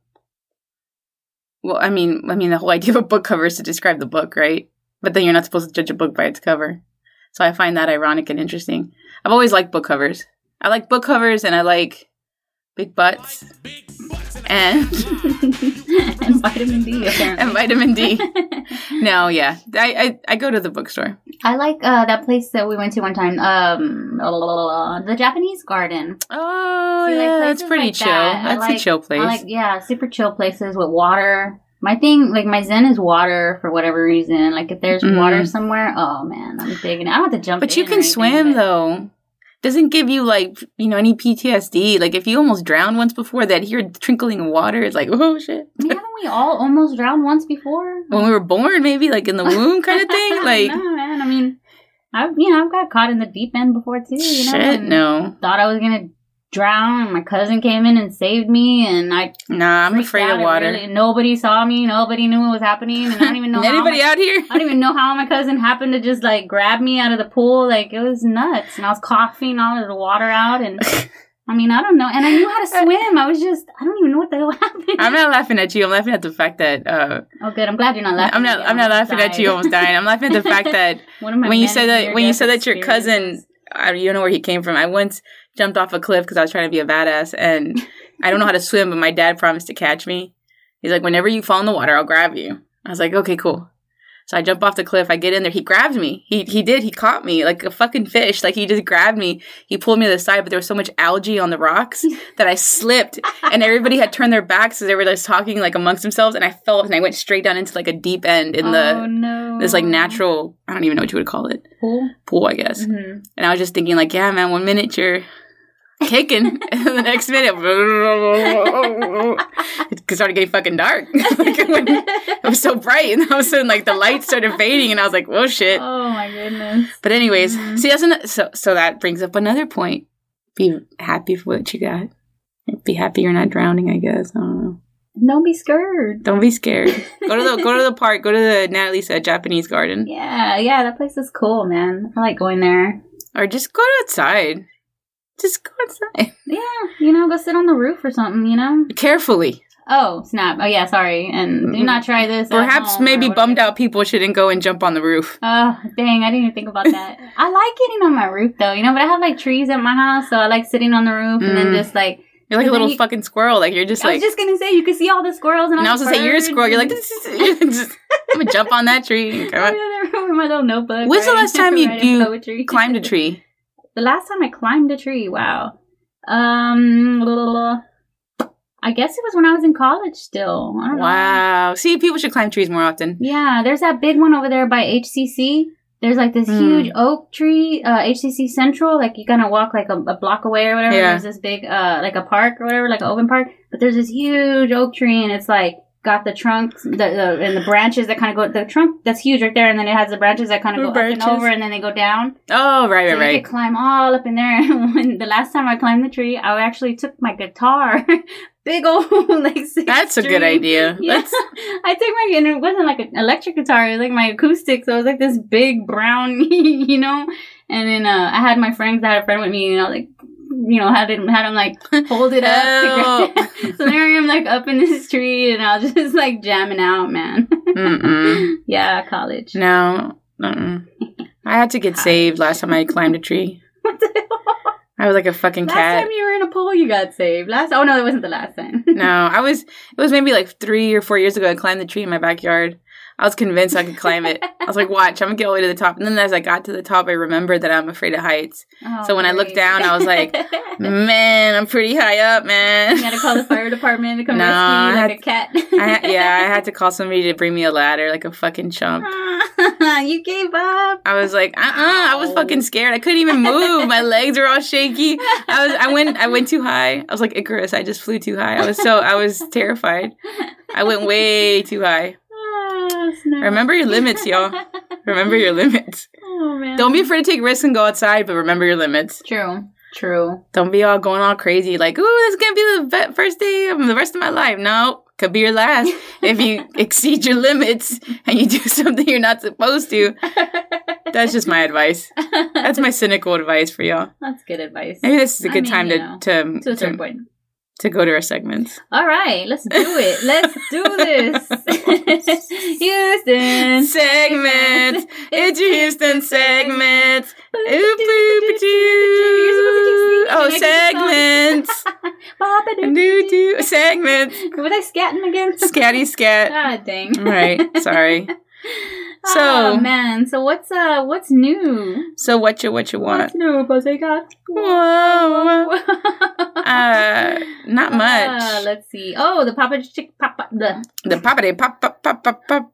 [SPEAKER 1] Well, I mean, I mean, the whole idea of a book cover is to describe the book, right? But then you're not supposed to judge a book by its cover, so I find that ironic and interesting. I've always liked book covers. I like book covers, and I like big butts and [LAUGHS]
[SPEAKER 2] and vitamin D apparently.
[SPEAKER 1] and vitamin
[SPEAKER 2] [LAUGHS]
[SPEAKER 1] D. No, yeah, I, I I go to the bookstore.
[SPEAKER 2] I like uh, that place that we went to one time. Um, la, la, la, la, la, the Japanese Garden.
[SPEAKER 1] Oh,
[SPEAKER 2] See, like,
[SPEAKER 1] yeah, that's
[SPEAKER 2] places
[SPEAKER 1] pretty
[SPEAKER 2] like
[SPEAKER 1] chill.
[SPEAKER 2] that, I
[SPEAKER 1] That's
[SPEAKER 2] like-
[SPEAKER 1] a chill place.
[SPEAKER 2] I like yeah, super chill places with water. My thing, like my zen, is water for whatever reason. Like if there's
[SPEAKER 1] Mhm.
[SPEAKER 2] water somewhere, oh man, I'm digging. It. I don't have to jump.
[SPEAKER 1] But you
[SPEAKER 2] in or
[SPEAKER 1] can
[SPEAKER 2] anything,
[SPEAKER 1] swim
[SPEAKER 2] but-
[SPEAKER 1] though. Doesn't give you like you know any PTSD. Like if you almost drowned once before, that here trinkling water is like oh shit.
[SPEAKER 2] I mean, haven't we all almost drowned once before?
[SPEAKER 1] [LAUGHS] When we were born, maybe like in the womb kind of
[SPEAKER 2] [LAUGHS]
[SPEAKER 1] thing. Like
[SPEAKER 2] no, man. I mean, I've you know I've got caught in the deep end before too. You know,
[SPEAKER 1] shit,
[SPEAKER 2] and
[SPEAKER 1] no,
[SPEAKER 2] Thought I was gonna drown. My cousin came in and saved me, and I
[SPEAKER 1] nah, I'm
[SPEAKER 2] freaked
[SPEAKER 1] afraid
[SPEAKER 2] out.
[SPEAKER 1] of
[SPEAKER 2] I
[SPEAKER 1] water. [LAUGHS]
[SPEAKER 2] really- nobody saw me. Nobody knew what was happening. And I don't even know. how
[SPEAKER 1] Anybody
[SPEAKER 2] my,
[SPEAKER 1] out here? [LAUGHS]
[SPEAKER 2] I don't even know how my cousin happened to just like grab me out of the pool. Like it was nuts. And I was coughing all of the water out. And I mean, I don't know. And I knew
[SPEAKER 1] [LAUGHS]
[SPEAKER 2] how to swim. I was just, I don't even know what the hell happened.
[SPEAKER 1] I'm not laughing at you. I'm laughing at the fact that uh,
[SPEAKER 2] oh, good. I'm glad you're not laughing.
[SPEAKER 1] I'm not.
[SPEAKER 2] at me.
[SPEAKER 1] I'm not
[SPEAKER 2] I almost
[SPEAKER 1] laughing at you
[SPEAKER 2] died.
[SPEAKER 1] almost dying. I'm laughing at the fact that
[SPEAKER 2] [LAUGHS] One of my
[SPEAKER 1] when you
[SPEAKER 2] many
[SPEAKER 1] said that- when you
[SPEAKER 2] near-death
[SPEAKER 1] said that your cousin-
[SPEAKER 2] experiences.
[SPEAKER 1] I, you don't know where he came from. I once jumped off a cliff because I was trying to be a badass, and I don't know how to swim, but my dad promised to catch me. He's like, whenever you fall in the water, I'll grab you. I was like, okay, cool. So I jump off the cliff. I get in there. He grabbed me. He he did. He caught me like a fucking fish. Like he just grabbed me. He pulled me to the side, but there was so much algae on the
[SPEAKER 2] [LAUGHS]
[SPEAKER 1] rocks that I slipped, and everybody had turned their backs as they were just talking like amongst themselves, and I fell and I went straight down into like a deep end in
[SPEAKER 2] oh,
[SPEAKER 1] the
[SPEAKER 2] no.
[SPEAKER 1] this like natural. I don't even know what you would call it. [LAUGHS]
[SPEAKER 2] pool.
[SPEAKER 1] Pool, I guess.
[SPEAKER 2] Mhm.
[SPEAKER 1] And I was just thinking, like, yeah, man, one minute you're
[SPEAKER 2] [LAUGHS]
[SPEAKER 1] kicking, and the next minute, [LAUGHS] it started getting fucking dark. [LAUGHS] like, it, went, it was so bright, and all of a sudden, like, the lights started fading, and I was like, whoa, shit.
[SPEAKER 2] [LAUGHS] oh my goodness.
[SPEAKER 1] But anyways,
[SPEAKER 2] Mhm.
[SPEAKER 1] see, that's an, so so that brings up another point. Be happy for what you got. Be happy you're not drowning. I guess I don't know.
[SPEAKER 2] Don't be scared.
[SPEAKER 1] Don't be scared.
[SPEAKER 2] [LAUGHS]
[SPEAKER 1] go to the go to the park. Go to the Natalie's uh, Japanese garden,
[SPEAKER 2] Yeah, yeah, that place is cool, man. I like going there.
[SPEAKER 1] or just go outside. Just go outside [LAUGHS]
[SPEAKER 2] Yeah, you know, go sit on the roof or something, you know?
[SPEAKER 1] carefully.
[SPEAKER 2] Oh, snap. Oh, yeah, sorry. And do not try this. at
[SPEAKER 1] Perhaps
[SPEAKER 2] home or
[SPEAKER 1] maybe
[SPEAKER 2] whatever.
[SPEAKER 1] bummed out people shouldn't go and jump on the roof.
[SPEAKER 2] Oh, dang, I didn't even think about that.
[SPEAKER 1] [LAUGHS]
[SPEAKER 2] I like getting on my roof, though, you know, but I have like trees at my house, so I like sitting on the roof and then
[SPEAKER 1] Mm.
[SPEAKER 2] just like.
[SPEAKER 1] You're like
[SPEAKER 2] But
[SPEAKER 1] a
[SPEAKER 2] then
[SPEAKER 1] little
[SPEAKER 2] you-
[SPEAKER 1] fucking squirrel. Like you're just
[SPEAKER 2] I
[SPEAKER 1] like,
[SPEAKER 2] was just gonna say, you could see all the squirrels and all
[SPEAKER 1] and I was
[SPEAKER 2] the
[SPEAKER 1] gonna say you're a
[SPEAKER 2] birds
[SPEAKER 1] squirrel. [LAUGHS] You're like,
[SPEAKER 2] and-
[SPEAKER 1] this is, just, I'm gonna jump on that tree. and
[SPEAKER 2] I'm [LAUGHS]
[SPEAKER 1] come out.
[SPEAKER 2] in the room with my little notebook.
[SPEAKER 1] When's the
[SPEAKER 2] [LAUGHS] right?
[SPEAKER 1] last time you-
[SPEAKER 2] Writing
[SPEAKER 1] you
[SPEAKER 2] poetry.
[SPEAKER 1] Climbed a tree.
[SPEAKER 2] The last time I climbed a tree, wow. Um, blah, blah, blah. I guess it was when I was in college still. I don't know.
[SPEAKER 1] Wow. See, people should climb trees more often.
[SPEAKER 2] Yeah, there's that big one over there by HCC. There's like this
[SPEAKER 1] Hmm.
[SPEAKER 2] huge oak tree, uh, HCC Central. Like you kind of walk like a, a block away or whatever.
[SPEAKER 1] Yeah.
[SPEAKER 2] There's this big, uh, like a park or whatever, like an open park. But there's this huge oak tree, and it's like got the trunks the, the and the branches that kind of go the trunk that's huge right there and then it has the branches that kind of
[SPEAKER 1] The
[SPEAKER 2] go
[SPEAKER 1] branches.
[SPEAKER 2] up and over and then they go down
[SPEAKER 1] Oh, right, right,
[SPEAKER 2] so you
[SPEAKER 1] right.
[SPEAKER 2] could climb all up in there [LAUGHS] when the last time i climbed the tree i actually took my guitar [LAUGHS] big old [LAUGHS] like six
[SPEAKER 1] That's a good
[SPEAKER 2] string.
[SPEAKER 1] idea.
[SPEAKER 2] [LAUGHS] yeah.
[SPEAKER 1] That's
[SPEAKER 2] i took my and it wasn't like an electric guitar it was like my acoustic so it was like this big brown [LAUGHS] you know and then uh, i had my friends i had a friend with me and i was like you know had him had him like hold it up to grab
[SPEAKER 1] [LAUGHS]
[SPEAKER 2] [LAUGHS]
[SPEAKER 1] Help.
[SPEAKER 2] so there I am, like up in this tree, and I was [LAUGHS] just like jamming out, man. [LAUGHS]
[SPEAKER 1] Mm-mm.
[SPEAKER 2] yeah, college.
[SPEAKER 1] No. Mm-mm. I had to get saved last time I climbed a tree.
[SPEAKER 2] [LAUGHS] What the hell?
[SPEAKER 1] I was like a fucking
[SPEAKER 2] Last
[SPEAKER 1] cat.
[SPEAKER 2] time you were in a pool, you got saved. Last, oh no, it wasn't the last time. [LAUGHS]
[SPEAKER 1] No, I was. It was maybe like three or four years ago. I climbed the tree in my backyard. I was convinced I could climb it. I
[SPEAKER 2] [LAUGHS]
[SPEAKER 1] was like, "Watch, I'm gonna get all the way to the top." And then as I got to the top, I remembered that I'm afraid of heights.
[SPEAKER 2] Oh,
[SPEAKER 1] So when I looked
[SPEAKER 2] great.
[SPEAKER 1] down, I was
[SPEAKER 2] [LAUGHS]
[SPEAKER 1] like, Man, I'm pretty high up, man.
[SPEAKER 2] you gotta call
[SPEAKER 1] [LAUGHS]
[SPEAKER 2] the fire department to come
[SPEAKER 1] No,
[SPEAKER 2] rescue
[SPEAKER 1] I
[SPEAKER 2] you like
[SPEAKER 1] had-
[SPEAKER 2] a cat.
[SPEAKER 1] I had, yeah, I had to call somebody to bring me a ladder, like a fucking chump.
[SPEAKER 2] [LAUGHS] Ah, you gave up.
[SPEAKER 1] I was like, uh, uh I was
[SPEAKER 2] Ow.
[SPEAKER 1] fucking scared. I couldn't even move.
[SPEAKER 2] [LAUGHS]
[SPEAKER 1] My legs were all shaky. I was, I went, I went too high. I was like Icarus. I just flew too high. I was so, I was terrified. I went way too high.
[SPEAKER 2] Ah, snap.
[SPEAKER 1] Remember your limits, y'all. Remember your limits.
[SPEAKER 2] [LAUGHS] Oh man.
[SPEAKER 1] Don't be afraid to take risks and go outside, but remember your limits.
[SPEAKER 2] True. True. [LAUGHS]
[SPEAKER 1] Don't be all going all crazy like, ooh, this is gonna be the ve- first day of the rest of my life. No, could be your last if you exceed your limits and you do something you're not supposed to. That's just my advice. That's my cynical advice for y'all.
[SPEAKER 2] That's good advice.
[SPEAKER 1] Maybe this is a
[SPEAKER 2] I
[SPEAKER 1] good
[SPEAKER 2] mean,
[SPEAKER 1] time
[SPEAKER 2] you
[SPEAKER 1] to,
[SPEAKER 2] know,
[SPEAKER 1] to,
[SPEAKER 2] To a certain
[SPEAKER 1] to,
[SPEAKER 2] point.
[SPEAKER 1] to go to our segments.
[SPEAKER 2] All right, let's do it. Let's
[SPEAKER 1] [LAUGHS]
[SPEAKER 2] do this. Houston. [LAUGHS]
[SPEAKER 1] Segments! It's your Houston segments! Oop, oop, oop,
[SPEAKER 2] You're
[SPEAKER 1] doo.
[SPEAKER 2] supposed
[SPEAKER 1] Oh,
[SPEAKER 2] to keep singing.
[SPEAKER 1] segments! Do, do. Segments!
[SPEAKER 2] Was I scatting again?
[SPEAKER 1] Scatty scat.
[SPEAKER 2] Ah, dang.
[SPEAKER 1] All right, sorry.
[SPEAKER 2] oh
[SPEAKER 1] So-
[SPEAKER 2] man, so what's uh what's new?
[SPEAKER 1] So what you what you want?
[SPEAKER 2] What's new, Bossega?
[SPEAKER 1] Whoa.
[SPEAKER 2] [LAUGHS]
[SPEAKER 1] Uh, not
[SPEAKER 2] Uh,
[SPEAKER 1] much.
[SPEAKER 2] let's see. Oh, the Papa Chick Papa the
[SPEAKER 1] The pop de pop pop pop pop pop.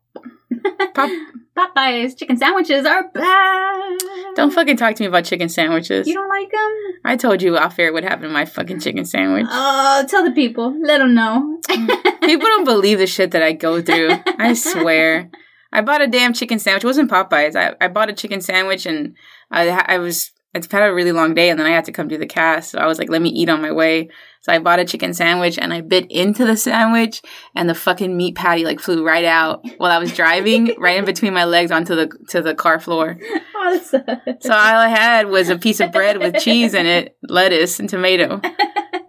[SPEAKER 1] Pop.
[SPEAKER 2] [LAUGHS] Popeyes chicken sandwiches are back.
[SPEAKER 1] Don't fucking talk to me about chicken sandwiches.
[SPEAKER 2] you don't like them?
[SPEAKER 1] [LAUGHS] I told you off air what happened to my fucking chicken sandwich.
[SPEAKER 2] Oh, tell the people. Let them know.
[SPEAKER 1] [LAUGHS] People don't believe the shit that I go through. I swear. I bought a damn chicken sandwich. It wasn't Popeyes. I, I bought a chicken sandwich and I, ha- I was, it's had a really long day and then I had to come do the cast. So I was like, let me eat on my way. So I bought a chicken sandwich and I bit into the sandwich and the fucking meat patty like flew right out while I was driving right in between my legs onto the, to the car floor.
[SPEAKER 2] Oh, that sucks.
[SPEAKER 1] So all I had was a piece of bread with cheese in it, lettuce and tomato.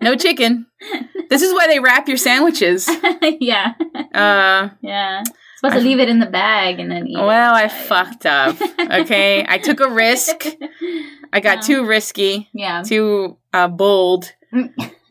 [SPEAKER 1] No chicken. This is why they wrap your sandwiches.
[SPEAKER 2] [LAUGHS] yeah,
[SPEAKER 1] Uh,
[SPEAKER 2] yeah. Supposed
[SPEAKER 1] I-
[SPEAKER 2] to leave it in the bag and then eat. it.
[SPEAKER 1] well, I
[SPEAKER 2] Yeah. [LAUGHS]
[SPEAKER 1] fucked up. Okay, I took a risk. I got
[SPEAKER 2] [LAUGHS]
[SPEAKER 1] too risky,
[SPEAKER 2] Yeah.
[SPEAKER 1] too uh, bold,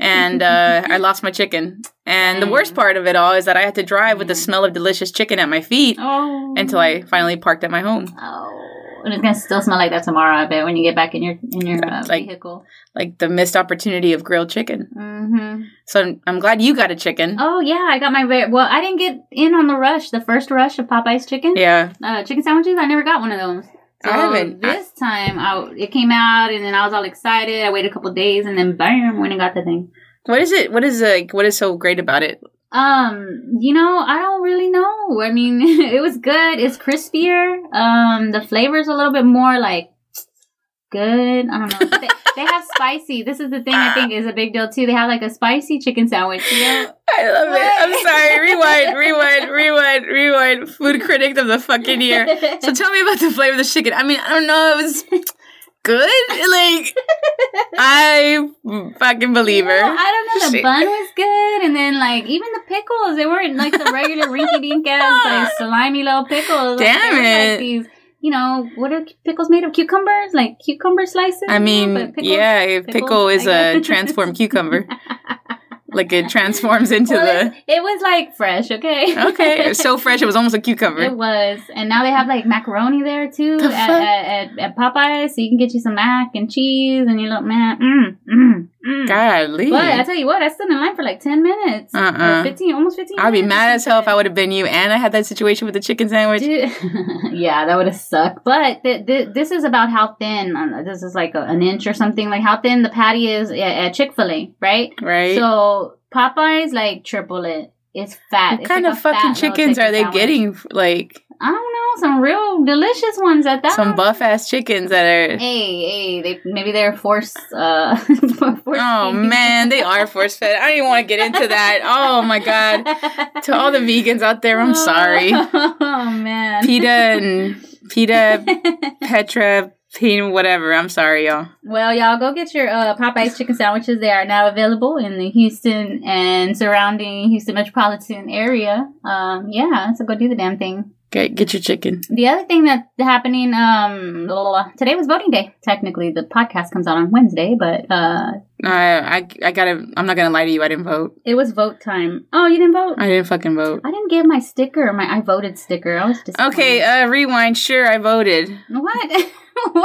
[SPEAKER 1] and uh, I lost my chicken. And the worst part of it all is that I had to drive with the smell of delicious chicken at my feet
[SPEAKER 2] Oh.
[SPEAKER 1] [LAUGHS] until I finally parked at my home.
[SPEAKER 2] Oh, and it's gonna still smell like that tomorrow. I bet when you get back in your in your uh,
[SPEAKER 1] Like-
[SPEAKER 2] vehicle.
[SPEAKER 1] Like the missed opportunity of grilled chicken.
[SPEAKER 2] hmm
[SPEAKER 1] So I'm, I'm glad you got a chicken.
[SPEAKER 2] Oh yeah, I got my very well. I didn't get in on the rush, the first rush of Popeye's chicken.
[SPEAKER 1] Yeah. Um,
[SPEAKER 2] uh, chicken sandwiches. I never got one of those. So
[SPEAKER 1] I haven't-
[SPEAKER 2] This time, I, it came out, and then I was all excited. I waited a couple days, and then bam, went and got the thing.
[SPEAKER 1] What is it? What is like? What is so great about it?
[SPEAKER 2] Um, you know, I don't really know. I mean, [LAUGHS] it was good. It's crispier. Um, the flavor's a little bit more like good. I don't know. they, they
[SPEAKER 1] [LAUGHS]
[SPEAKER 2] have spicy. This is the thing I think is a big deal too. They have like a spicy chicken sandwich.
[SPEAKER 1] [LAUGHS]
[SPEAKER 2] You know?
[SPEAKER 1] I love it. I'm
[SPEAKER 2] Right.
[SPEAKER 1] sorry. Rewind, rewind, rewind, rewind. Food critic of the fucking year.
[SPEAKER 2] [LAUGHS]
[SPEAKER 1] So tell me about the flavor of the chicken. I mean, I don't know. It was good.
[SPEAKER 2] [LAUGHS]
[SPEAKER 1] Like, I fucking believe
[SPEAKER 2] No,
[SPEAKER 1] her.
[SPEAKER 2] I don't know. The
[SPEAKER 1] Shit.
[SPEAKER 2] bun was good, and then like even the pickles, they weren't like the regular rinky dink
[SPEAKER 1] [LAUGHS]
[SPEAKER 2] ass like slimy little pickles. Like, they
[SPEAKER 1] Damn
[SPEAKER 2] were,
[SPEAKER 1] it.
[SPEAKER 2] Like, these, you know what are pickles made of? Cucumbers, like cucumber slices.
[SPEAKER 1] I
[SPEAKER 2] you know,
[SPEAKER 1] mean,
[SPEAKER 2] but pickles-
[SPEAKER 1] yeah, a pickle
[SPEAKER 2] Pickles,
[SPEAKER 1] is
[SPEAKER 2] I
[SPEAKER 1] a
[SPEAKER 2] guess.
[SPEAKER 1] transformed
[SPEAKER 2] [LAUGHS]
[SPEAKER 1] cucumber. Like, it transforms into
[SPEAKER 2] Well,
[SPEAKER 1] the.
[SPEAKER 2] it, it was like fresh, okay? [LAUGHS]
[SPEAKER 1] Okay, it was so fresh. It was almost a
[SPEAKER 2] it [LAUGHS]
[SPEAKER 1] cucumber.
[SPEAKER 2] was. And now they have like macaroni there too
[SPEAKER 1] The
[SPEAKER 2] at,
[SPEAKER 1] fuck?
[SPEAKER 2] at, at, at Popeyes, so you can get you some mac and cheese and you look, man, mm, mm, mm.
[SPEAKER 1] Golly.
[SPEAKER 2] But I tell you what, I stood in line for like 10 minutes. or
[SPEAKER 1] Uh-uh.
[SPEAKER 2] 15, almost 15
[SPEAKER 1] I'd be
[SPEAKER 2] minutes.
[SPEAKER 1] mad as hell if I would have been you and I had that situation with the chicken sandwich.
[SPEAKER 2] [LAUGHS] Dude, [LAUGHS] yeah, that would have sucked. But th- th- this is about how thin. uh, This is like a, an inch or something. Like how thin the patty is at, at Chick Fil A, right?
[SPEAKER 1] Right?
[SPEAKER 2] So Popeyes like triple it. It's fat.
[SPEAKER 1] What
[SPEAKER 2] It's
[SPEAKER 1] kind
[SPEAKER 2] like
[SPEAKER 1] of
[SPEAKER 2] a fat
[SPEAKER 1] fucking
[SPEAKER 2] little
[SPEAKER 1] chickens
[SPEAKER 2] chicken
[SPEAKER 1] are they
[SPEAKER 2] sandwich.
[SPEAKER 1] getting? Like
[SPEAKER 2] I don't know. Some real delicious ones at that.
[SPEAKER 1] some buff ass chickens that are.
[SPEAKER 2] Hey, hey, they maybe they're force. Uh, [LAUGHS] force
[SPEAKER 1] Oh
[SPEAKER 2] feeding.
[SPEAKER 1] man, they are force fed. I don't even want to get into that. Oh my god. To all the
[SPEAKER 2] [LAUGHS]
[SPEAKER 1] vegans out there, I'm [LAUGHS] sorry.
[SPEAKER 2] Oh man.
[SPEAKER 1] PETA and PETA, Petra, Peen, whatever. I'm sorry, y'all.
[SPEAKER 2] [LAUGHS] well, y'all go get your uh, Popeyes chicken sandwiches. They are now available in the Houston and surrounding Houston metropolitan area. Um, yeah, so go do the damn thing.
[SPEAKER 1] Get get your chicken.
[SPEAKER 2] The other thing that's happening um, blah, blah, blah. today was voting day. Technically, the podcast comes out on Wednesday, but uh,
[SPEAKER 1] Uh, I I gotta. I'm not gonna lie to you. I didn't vote.
[SPEAKER 2] it was vote time. Oh, you didn't vote?
[SPEAKER 1] I didn't fucking vote.
[SPEAKER 2] I didn't get my sticker, my I voted sticker. I was just
[SPEAKER 1] Okay, uh, rewind. Sure, I voted.
[SPEAKER 2] What? [LAUGHS] Why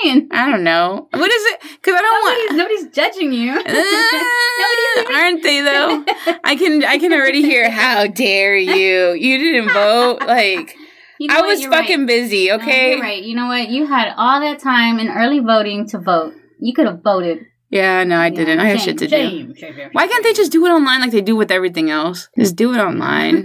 [SPEAKER 2] are you lying?
[SPEAKER 1] I don't know. What is it? Because I don't want.
[SPEAKER 2] Nobody's, nobody's judging you.
[SPEAKER 1] [LAUGHS] Uh, aren't they [LAUGHS] though? I can I can already hear. How dare you? You didn't vote. Like
[SPEAKER 2] You know
[SPEAKER 1] I
[SPEAKER 2] what?
[SPEAKER 1] was
[SPEAKER 2] Oh, You're right.
[SPEAKER 1] fucking busy.
[SPEAKER 2] No,
[SPEAKER 1] Okay.
[SPEAKER 2] you're right. You know what? You had all that time in early voting to vote. You could have voted.
[SPEAKER 1] Yeah. No, I didn't. I have shit to do. Why can't they just do it online like they do with everything else? Just do it
[SPEAKER 2] [LAUGHS]
[SPEAKER 1] online.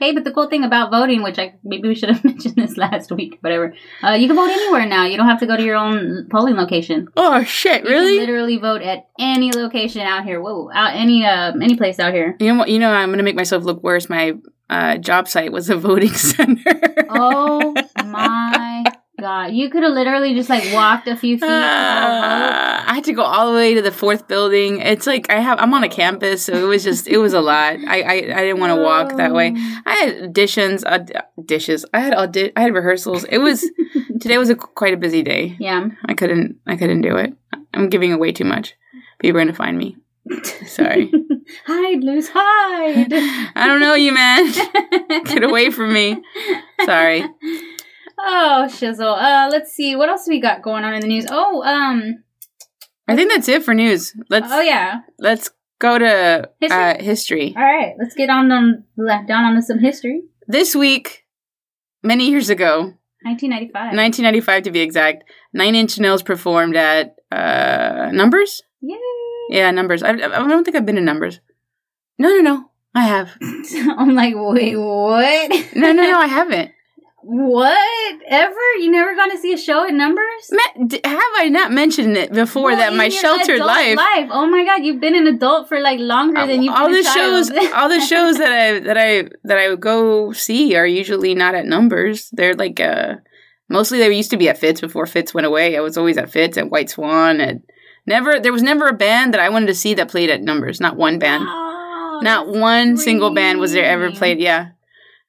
[SPEAKER 2] hey, but the cool thing about voting, which I maybe we should have [LAUGHS] mentioned this last week, whatever. Uh, you can vote anywhere now. You don't have to go to your own polling location.
[SPEAKER 1] oh shit!
[SPEAKER 2] You can
[SPEAKER 1] Really?
[SPEAKER 2] literally vote at any location out here. Whoa, out any uh, any place out here.
[SPEAKER 1] You know what? You know I'm gonna make myself look worse. My uh, job site was a [LAUGHS]
[SPEAKER 2] [LAUGHS]
[SPEAKER 1] voting center. [LAUGHS]
[SPEAKER 2] Oh my god! You could have literally just like walked a few feet. "Oh,
[SPEAKER 1] [LAUGHS]
[SPEAKER 2] to
[SPEAKER 1] Uh,
[SPEAKER 2] go vote.
[SPEAKER 1] Ah, I had to go all the way to the fourth building. It's like I have I'm on a campus, so it was just it was a lot. I I, I didn't want to walk that
[SPEAKER 2] [LAUGHS]
[SPEAKER 1] way. I had auditions, aud- dishes. I had audi- I had rehearsals. It
[SPEAKER 2] [LAUGHS]
[SPEAKER 1] was today was a quite a busy day.
[SPEAKER 2] Yeah.
[SPEAKER 1] I couldn't I couldn't do it. I'm giving away too much. People are gonna find me. [LAUGHS] Sorry.
[SPEAKER 2] hide, Luz, hide. [LAUGHS]
[SPEAKER 1] I don't know you, man. [LAUGHS] Get away from me. Sorry.
[SPEAKER 2] Oh, shizzle. Uh, let's see. What else we got going on in the news? Oh, um.
[SPEAKER 1] I think that's it for news. Let's
[SPEAKER 2] Oh yeah.
[SPEAKER 1] let's go to
[SPEAKER 2] History?
[SPEAKER 1] Uh, history.
[SPEAKER 2] All right. Let's get on on down onto some history.
[SPEAKER 1] This week, many years ago,
[SPEAKER 2] 1995.
[SPEAKER 1] 1995 to be exact, Nine Inch Nails performed at uh, Numbers.
[SPEAKER 2] Yay.
[SPEAKER 1] Yeah, Numbers. I, I don't think I've been to Numbers. No, no, no. I have.
[SPEAKER 2] [LAUGHS] I'm like, wait, what?
[SPEAKER 1] No, no, no. I haven't.
[SPEAKER 2] [LAUGHS] what? Ever? You never gone to see a show at Numbers?
[SPEAKER 1] Ma- d- have I not mentioned it before
[SPEAKER 2] Well,
[SPEAKER 1] that my
[SPEAKER 2] in your
[SPEAKER 1] sheltered
[SPEAKER 2] adult
[SPEAKER 1] life? Uh,
[SPEAKER 2] Oh my god, you've been an adult for like longer than you've
[SPEAKER 1] all
[SPEAKER 2] been
[SPEAKER 1] the
[SPEAKER 2] a child.
[SPEAKER 1] shows, [LAUGHS] all
[SPEAKER 2] [LAUGHS]
[SPEAKER 1] the shows that I that I that I would go see are usually not at numbers. They're like uh, mostly they used to be at Fitz before Fitz went away. I was always at Fitz at White Swan. At never there was never a band that I wanted to see that played at numbers. Not one band.
[SPEAKER 2] Oh,
[SPEAKER 1] not
[SPEAKER 2] that's
[SPEAKER 1] one single band was there ever
[SPEAKER 2] great.
[SPEAKER 1] played. Yeah,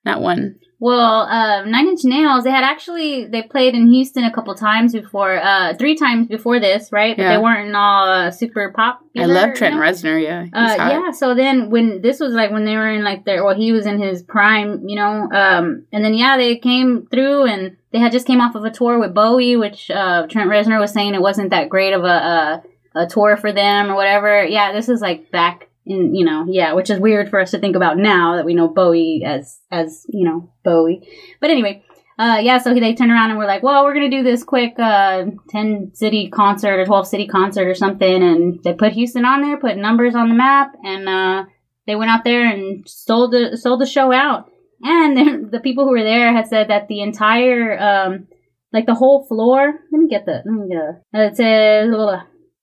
[SPEAKER 1] not one.
[SPEAKER 2] Well, uh, Nine Inch Nails, they had actually they played in Houston a couple times before, uh, three times before this, right? But
[SPEAKER 1] Yeah.
[SPEAKER 2] they weren't all uh, super pop.
[SPEAKER 1] I love Trent Reznor. Yeah, he's
[SPEAKER 2] Uh,
[SPEAKER 1] hot.
[SPEAKER 2] yeah, so then when this was like when they were in like their, well, he was in his prime, you know, um, and then yeah, they came through and they had just came off of a tour with Bowie, which uh, Trent Reznor was saying it wasn't that great of a, a a tour for them or whatever. Yeah, this is like back in, you know, yeah, which is weird for us to think about now that we know Bowie as as you know Bowie, but anyway. Uh, yeah, so they turned around and were like, well, we're going to do this quick uh, 10 city concert or 12 city concert or something. And they put Houston on there, put numbers on the map, and uh, they went out there and sold the, sold the show out. And [LAUGHS] then the people who were there had said that the entire, um, like the whole floor, let me get the, let me get a, uh, it says,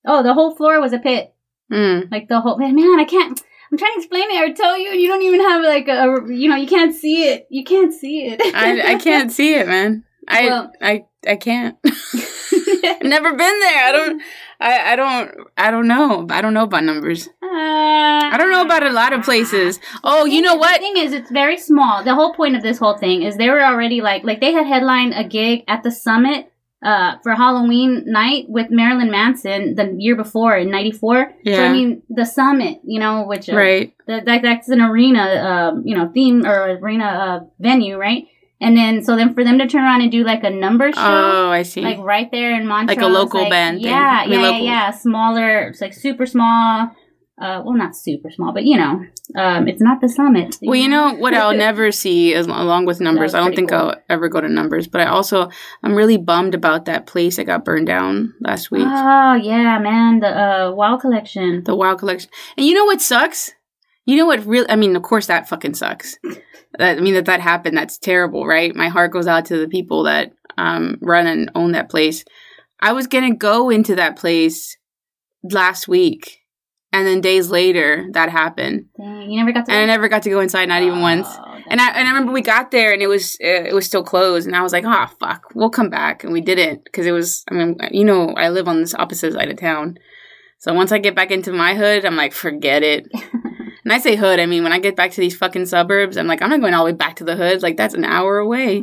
[SPEAKER 2] oh, the whole floor was a pit.
[SPEAKER 1] Mm.
[SPEAKER 2] Like the whole man, man, I can't. I'm trying to explain it or tell you, and you don't even have like a, you know, you can't see it. You can't see it. [LAUGHS]
[SPEAKER 1] I I can't see it, man. I
[SPEAKER 2] Well-
[SPEAKER 1] I I
[SPEAKER 2] [LAUGHS]
[SPEAKER 1] can't. [LAUGHS] Never been there. I don't. I, I don't. I don't know. I don't know about numbers. I don't know about a lot of places. Oh, you know
[SPEAKER 2] The
[SPEAKER 1] what?
[SPEAKER 2] thing is, it's very small. The whole point of this whole thing is they were already like, like they had headlined a gig at the summit uh, for Halloween night with Marilyn Manson the year before in '94. So
[SPEAKER 1] Yeah.
[SPEAKER 2] I mean, the summit, you know, which uh,
[SPEAKER 1] Right.
[SPEAKER 2] that, that that's an arena, um, you know, theme or arena uh, venue, right? And then so then for them to turn around and do like a number show,
[SPEAKER 1] Oh, I see.
[SPEAKER 2] like right there in Montrose,
[SPEAKER 1] local band thing.
[SPEAKER 2] yeah,
[SPEAKER 1] I mean,
[SPEAKER 2] yeah,
[SPEAKER 1] local.
[SPEAKER 2] yeah, yeah, smaller, it's like super small. Uh, well, not super small, but you know, um, it's not the summit.
[SPEAKER 1] Well, you know what
[SPEAKER 2] [LAUGHS]
[SPEAKER 1] I'll never see as, along with numbers.
[SPEAKER 2] was
[SPEAKER 1] I don't
[SPEAKER 2] pretty
[SPEAKER 1] think
[SPEAKER 2] cool.
[SPEAKER 1] I'll ever go to numbers, but I also I'm really bummed about that place that got burned down last week.
[SPEAKER 2] Oh yeah, man, the uh, Wow collection.
[SPEAKER 1] the Wild Collection. And you know what sucks? You know what? Really, I mean, of course that fucking sucks. That, I mean, that that happened. That's terrible, right? My heart goes out to the people that um, run and own that place. I was gonna go into that place last week, and then days later that happened,
[SPEAKER 2] Dang, you never got to. Oh,
[SPEAKER 1] and I never got to go inside, not even once. And I and I remember we got there and it was uh, it was still closed and I was like, ah, fuck, we'll come back and we didn't because it was I mean you know I live on this opposite side of town, so once I get back into my hood, I'm like, forget
[SPEAKER 2] [LAUGHS]
[SPEAKER 1] it. and I say hood, I mean when I get back to these fucking suburbs, I'm like, I'm not going all the way back to the hood. Like that's an hour
[SPEAKER 2] [LAUGHS]
[SPEAKER 1] away.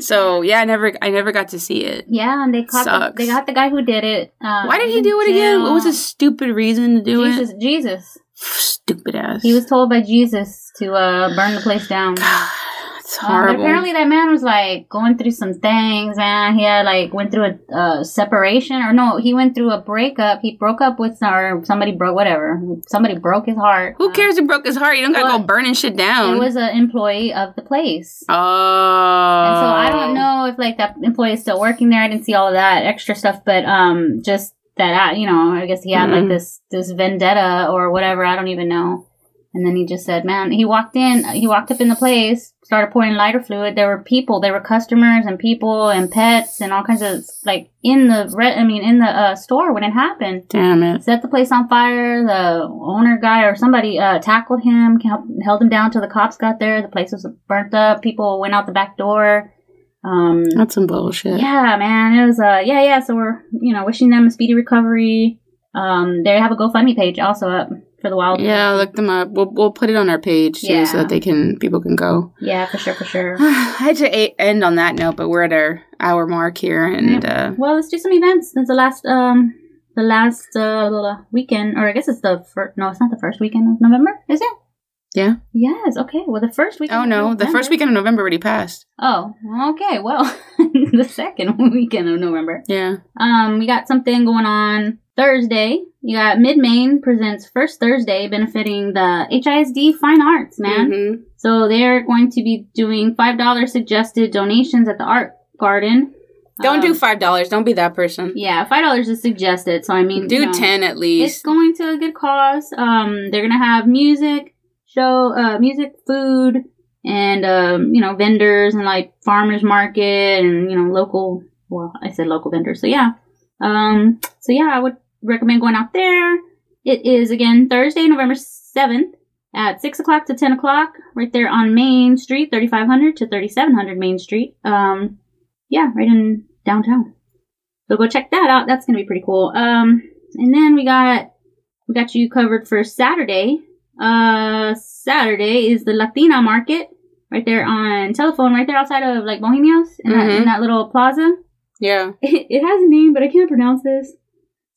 [SPEAKER 1] so yeah, I never I never got to see it.
[SPEAKER 2] yeah, and they caught the,
[SPEAKER 1] Sucks.
[SPEAKER 2] they got the guy who did it. Um,
[SPEAKER 1] Why did he
[SPEAKER 2] in
[SPEAKER 1] do it again?
[SPEAKER 2] jail.
[SPEAKER 1] What was a stupid reason to do
[SPEAKER 2] Jesus,
[SPEAKER 1] it?
[SPEAKER 2] Jesus.
[SPEAKER 1] Stupid ass. [SIGHS]
[SPEAKER 2] He was told by Jesus to uh, burn the place down.
[SPEAKER 1] God, it's
[SPEAKER 2] Um, but
[SPEAKER 1] horrible.
[SPEAKER 2] apparently, that man was like going through some things, and he had like went through a uh, separation, or no, he went through a breakup. He broke up with some, or somebody broke whatever. Somebody broke his heart.
[SPEAKER 1] Who
[SPEAKER 2] Uh,
[SPEAKER 1] cares who broke his heart? You don't gotta
[SPEAKER 2] Well,
[SPEAKER 1] go burning shit down.
[SPEAKER 2] It was an employee of the place.
[SPEAKER 1] Oh.
[SPEAKER 2] And so I don't know if like that employee is still working there. I didn't see all of that extra stuff, but um, just that uh, you know, I guess he had like
[SPEAKER 1] Mhm.
[SPEAKER 2] this this vendetta or whatever. I don't even know. And then he just said, "Man, he walked in. He walked up in the place, started pouring lighter fluid. There were people, there were customers and people and pets and all kinds of like in the re- I mean in the uh, store when it happened."
[SPEAKER 1] Damn it.
[SPEAKER 2] set the place on fire. The owner guy or somebody uh, tackled him, hel- held him down till the cops got there. The place was burnt up. People went out the back door. Um,
[SPEAKER 1] That's some bullshit.
[SPEAKER 2] yeah, man, it was. Uh, yeah, yeah. So we're you know wishing them a speedy recovery. Um, they have a GoFundMe page also up for the wild.
[SPEAKER 1] Yeah, look them up. We'll, we'll put it on our page too, so
[SPEAKER 2] Yeah.
[SPEAKER 1] that they can people can go.
[SPEAKER 2] yeah, for sure, for sure.
[SPEAKER 1] [SIGHS] I had to a- end on that note, but we're at our hour mark here, and uh,
[SPEAKER 2] Well, let's do some events. That's the last um the last uh, little weekend, or I guess it's the first. No, it's not the first weekend of November, is it?
[SPEAKER 1] Yeah.
[SPEAKER 2] Yes. Okay. Well, the first weekend.
[SPEAKER 1] oh
[SPEAKER 2] of
[SPEAKER 1] no, the
[SPEAKER 2] November.
[SPEAKER 1] first weekend of November already passed.
[SPEAKER 2] Oh, okay. Well, [LAUGHS] the second [LAUGHS] weekend of November.
[SPEAKER 1] Yeah,
[SPEAKER 2] Um, we got something going on Thursday. You got Mid Maine presents First Thursday, benefiting the HISD Fine Arts, man.
[SPEAKER 1] Mhm.
[SPEAKER 2] So they're going to be doing five dollar suggested donations at the art garden.
[SPEAKER 1] Don't do
[SPEAKER 2] Um,
[SPEAKER 1] five dollars. Don't be that person.
[SPEAKER 2] yeah, five dollars is suggested. So I mean,
[SPEAKER 1] do
[SPEAKER 2] you know.
[SPEAKER 1] ten at
[SPEAKER 2] It's
[SPEAKER 1] least.
[SPEAKER 2] going to a good cause. Um, they're gonna have music, show, uh, music, food, and um, you know, vendors and like farmers market and you know, local. Well, I said local vendors, so yeah. Um, so yeah, I would recommend going out there. It is again Thursday, November seventh, at six o'clock to ten o'clock, right there on Main Street, thirty five hundred to thirty seven hundred Main Street. Um, yeah, right in downtown. So go check that out. That's gonna be pretty cool. Um, and then we got we got you covered for Saturday. Uh, Saturday is the Latina market right there on telephone, right there outside of like Bohemios in, that, in
[SPEAKER 1] Mhm.
[SPEAKER 2] that little plaza. [LAUGHS]
[SPEAKER 1] yeah,
[SPEAKER 2] It, it has a name, but I can't pronounce this.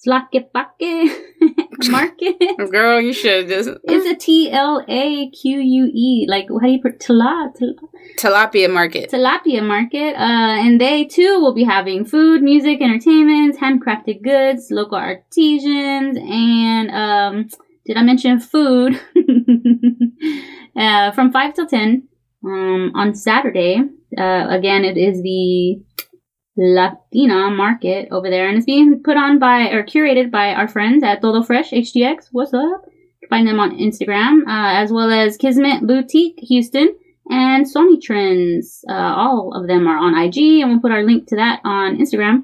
[SPEAKER 2] Tlaquepaque [LAUGHS] market.
[SPEAKER 1] girl, you should just
[SPEAKER 2] It's a T L A Q U E. Like, how do you put tla, tla,
[SPEAKER 1] [LAUGHS] tilapia market.
[SPEAKER 2] tilapia market, uh, and they too will be having food, music, entertainment, handcrafted goods, local artisans, and um, did I mention food? [LAUGHS] uh, from five till ten um, on Saturday. Uh, again, it is the Latina market over there, and it's being put on by or curated by our friends at Todo Fresh HDX. What's up? Find them on Instagram, uh, as well as Kismet Boutique Houston and Sony Trends. Uh, all of them are on IG, and we'll put our link to that on Instagram.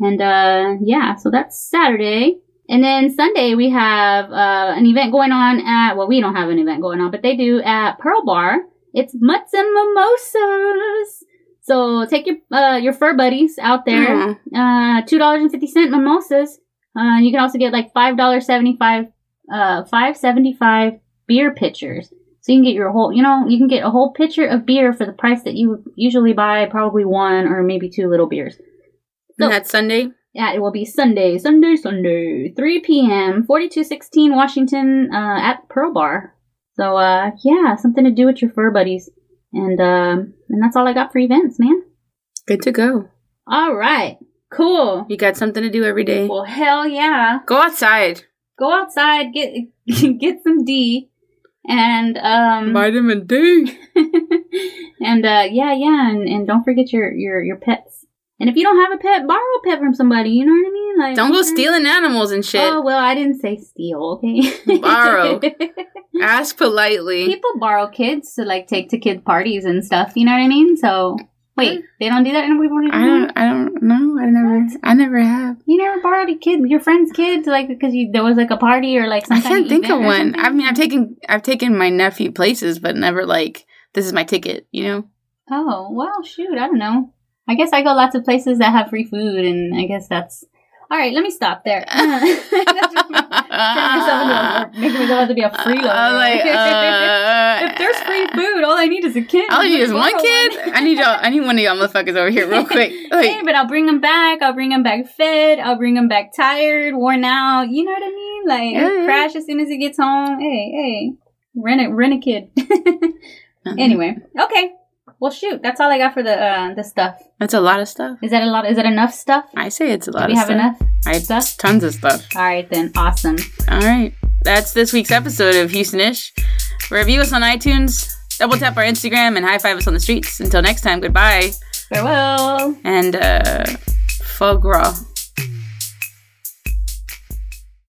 [SPEAKER 2] And uh, yeah, so that's Saturday. And then Sunday we have uh, an event going on at well, we don't have an event going on, but they do at Pearl Bar. It's Mutts and Mimosas. So take your uh, your fur buddies out there
[SPEAKER 1] Yeah.
[SPEAKER 2] uh, two dollars and fifty cent mimosas. Uh, you can also get like five dollars seventy five, uh, five seventy five beer pitchers. So you can get your whole, you know, you can get a whole pitcher of beer for the price that you usually buy, probably one or maybe two little beers. So-
[SPEAKER 1] And that's Sunday.
[SPEAKER 2] Yeah, it will be Sunday, Sunday, Sunday, three p.m. forty two sixteen Washington uh, at Pearl Bar. So uh, yeah, something to do with your fur buddies, and um, and that's all I got for events, man.
[SPEAKER 1] Good to go.
[SPEAKER 2] All right, cool.
[SPEAKER 1] You got something to do every day.
[SPEAKER 2] Well, hell yeah.
[SPEAKER 1] Go outside.
[SPEAKER 2] go outside, get [LAUGHS] get some D, and um, [LAUGHS]
[SPEAKER 1] Vitamin D.
[SPEAKER 2] and uh, yeah, yeah, and, and don't forget your your your pets. And if you don't have a pet, borrow a pet from somebody. You know what I mean? Like
[SPEAKER 1] Don't go
[SPEAKER 2] okay.
[SPEAKER 1] stealing animals and shit.
[SPEAKER 2] Mm-hmm. Oh well, I didn't say steal. Okay, [LAUGHS]
[SPEAKER 1] Borrow. Ask politely.
[SPEAKER 2] People borrow kids to like take to kid parties and stuff. You know what I mean? So wait, they don't do that in We've
[SPEAKER 1] I don't. I don't know. I never. I never have.
[SPEAKER 2] You never borrowed a kid, your friend's kid, like because you there was like a party or like.
[SPEAKER 1] I
[SPEAKER 2] Some
[SPEAKER 1] can't
[SPEAKER 2] kind
[SPEAKER 1] think of
[SPEAKER 2] event or
[SPEAKER 1] one. I
[SPEAKER 2] something?
[SPEAKER 1] mean, I've taken. I've taken my nephew places, but never like this is my ticket. You
[SPEAKER 2] [LAUGHS]
[SPEAKER 1] know.
[SPEAKER 2] Oh well, shoot, I don't know. I guess I go lots of places that have free food, and I guess that's all right. Let me stop there. [LAUGHS] Turn myself into a- making myself out to be
[SPEAKER 1] [LAUGHS]
[SPEAKER 2] a freeloader.
[SPEAKER 1] I'm like, uh,
[SPEAKER 2] [LAUGHS] if there's free food, all I need is a kid.
[SPEAKER 1] All I need is
[SPEAKER 2] Borrow
[SPEAKER 1] one kid. I need
[SPEAKER 2] [LAUGHS]
[SPEAKER 1] y'all. I need one of y'all motherfuckers over here real quick.
[SPEAKER 2] hey,
[SPEAKER 1] Like,
[SPEAKER 2] but I'll bring them back. I'll bring them back fed. I'll bring them back tired, worn out. You know what I mean? Like
[SPEAKER 1] Yeah, yeah.
[SPEAKER 2] crash as soon as he gets home. Hey, hey, rent a rent a kid. [LAUGHS] anyway, okay. Well, shoot, that's all I got for the uh, the stuff.
[SPEAKER 1] that's a lot of stuff.
[SPEAKER 2] Is that a lot? Is that enough stuff?
[SPEAKER 1] I say it's a lot
[SPEAKER 2] Do
[SPEAKER 1] of
[SPEAKER 2] we have
[SPEAKER 1] stuff.
[SPEAKER 2] enough?
[SPEAKER 1] I
[SPEAKER 2] stuff?
[SPEAKER 1] tons of stuff.
[SPEAKER 2] All right then, awesome.
[SPEAKER 1] All right. That's this week's episode of Houstonish. Review us on iTunes, double tap our Instagram, and high five us on the streets. Until next time, goodbye
[SPEAKER 2] Farewell.
[SPEAKER 1] and uh, foie gras.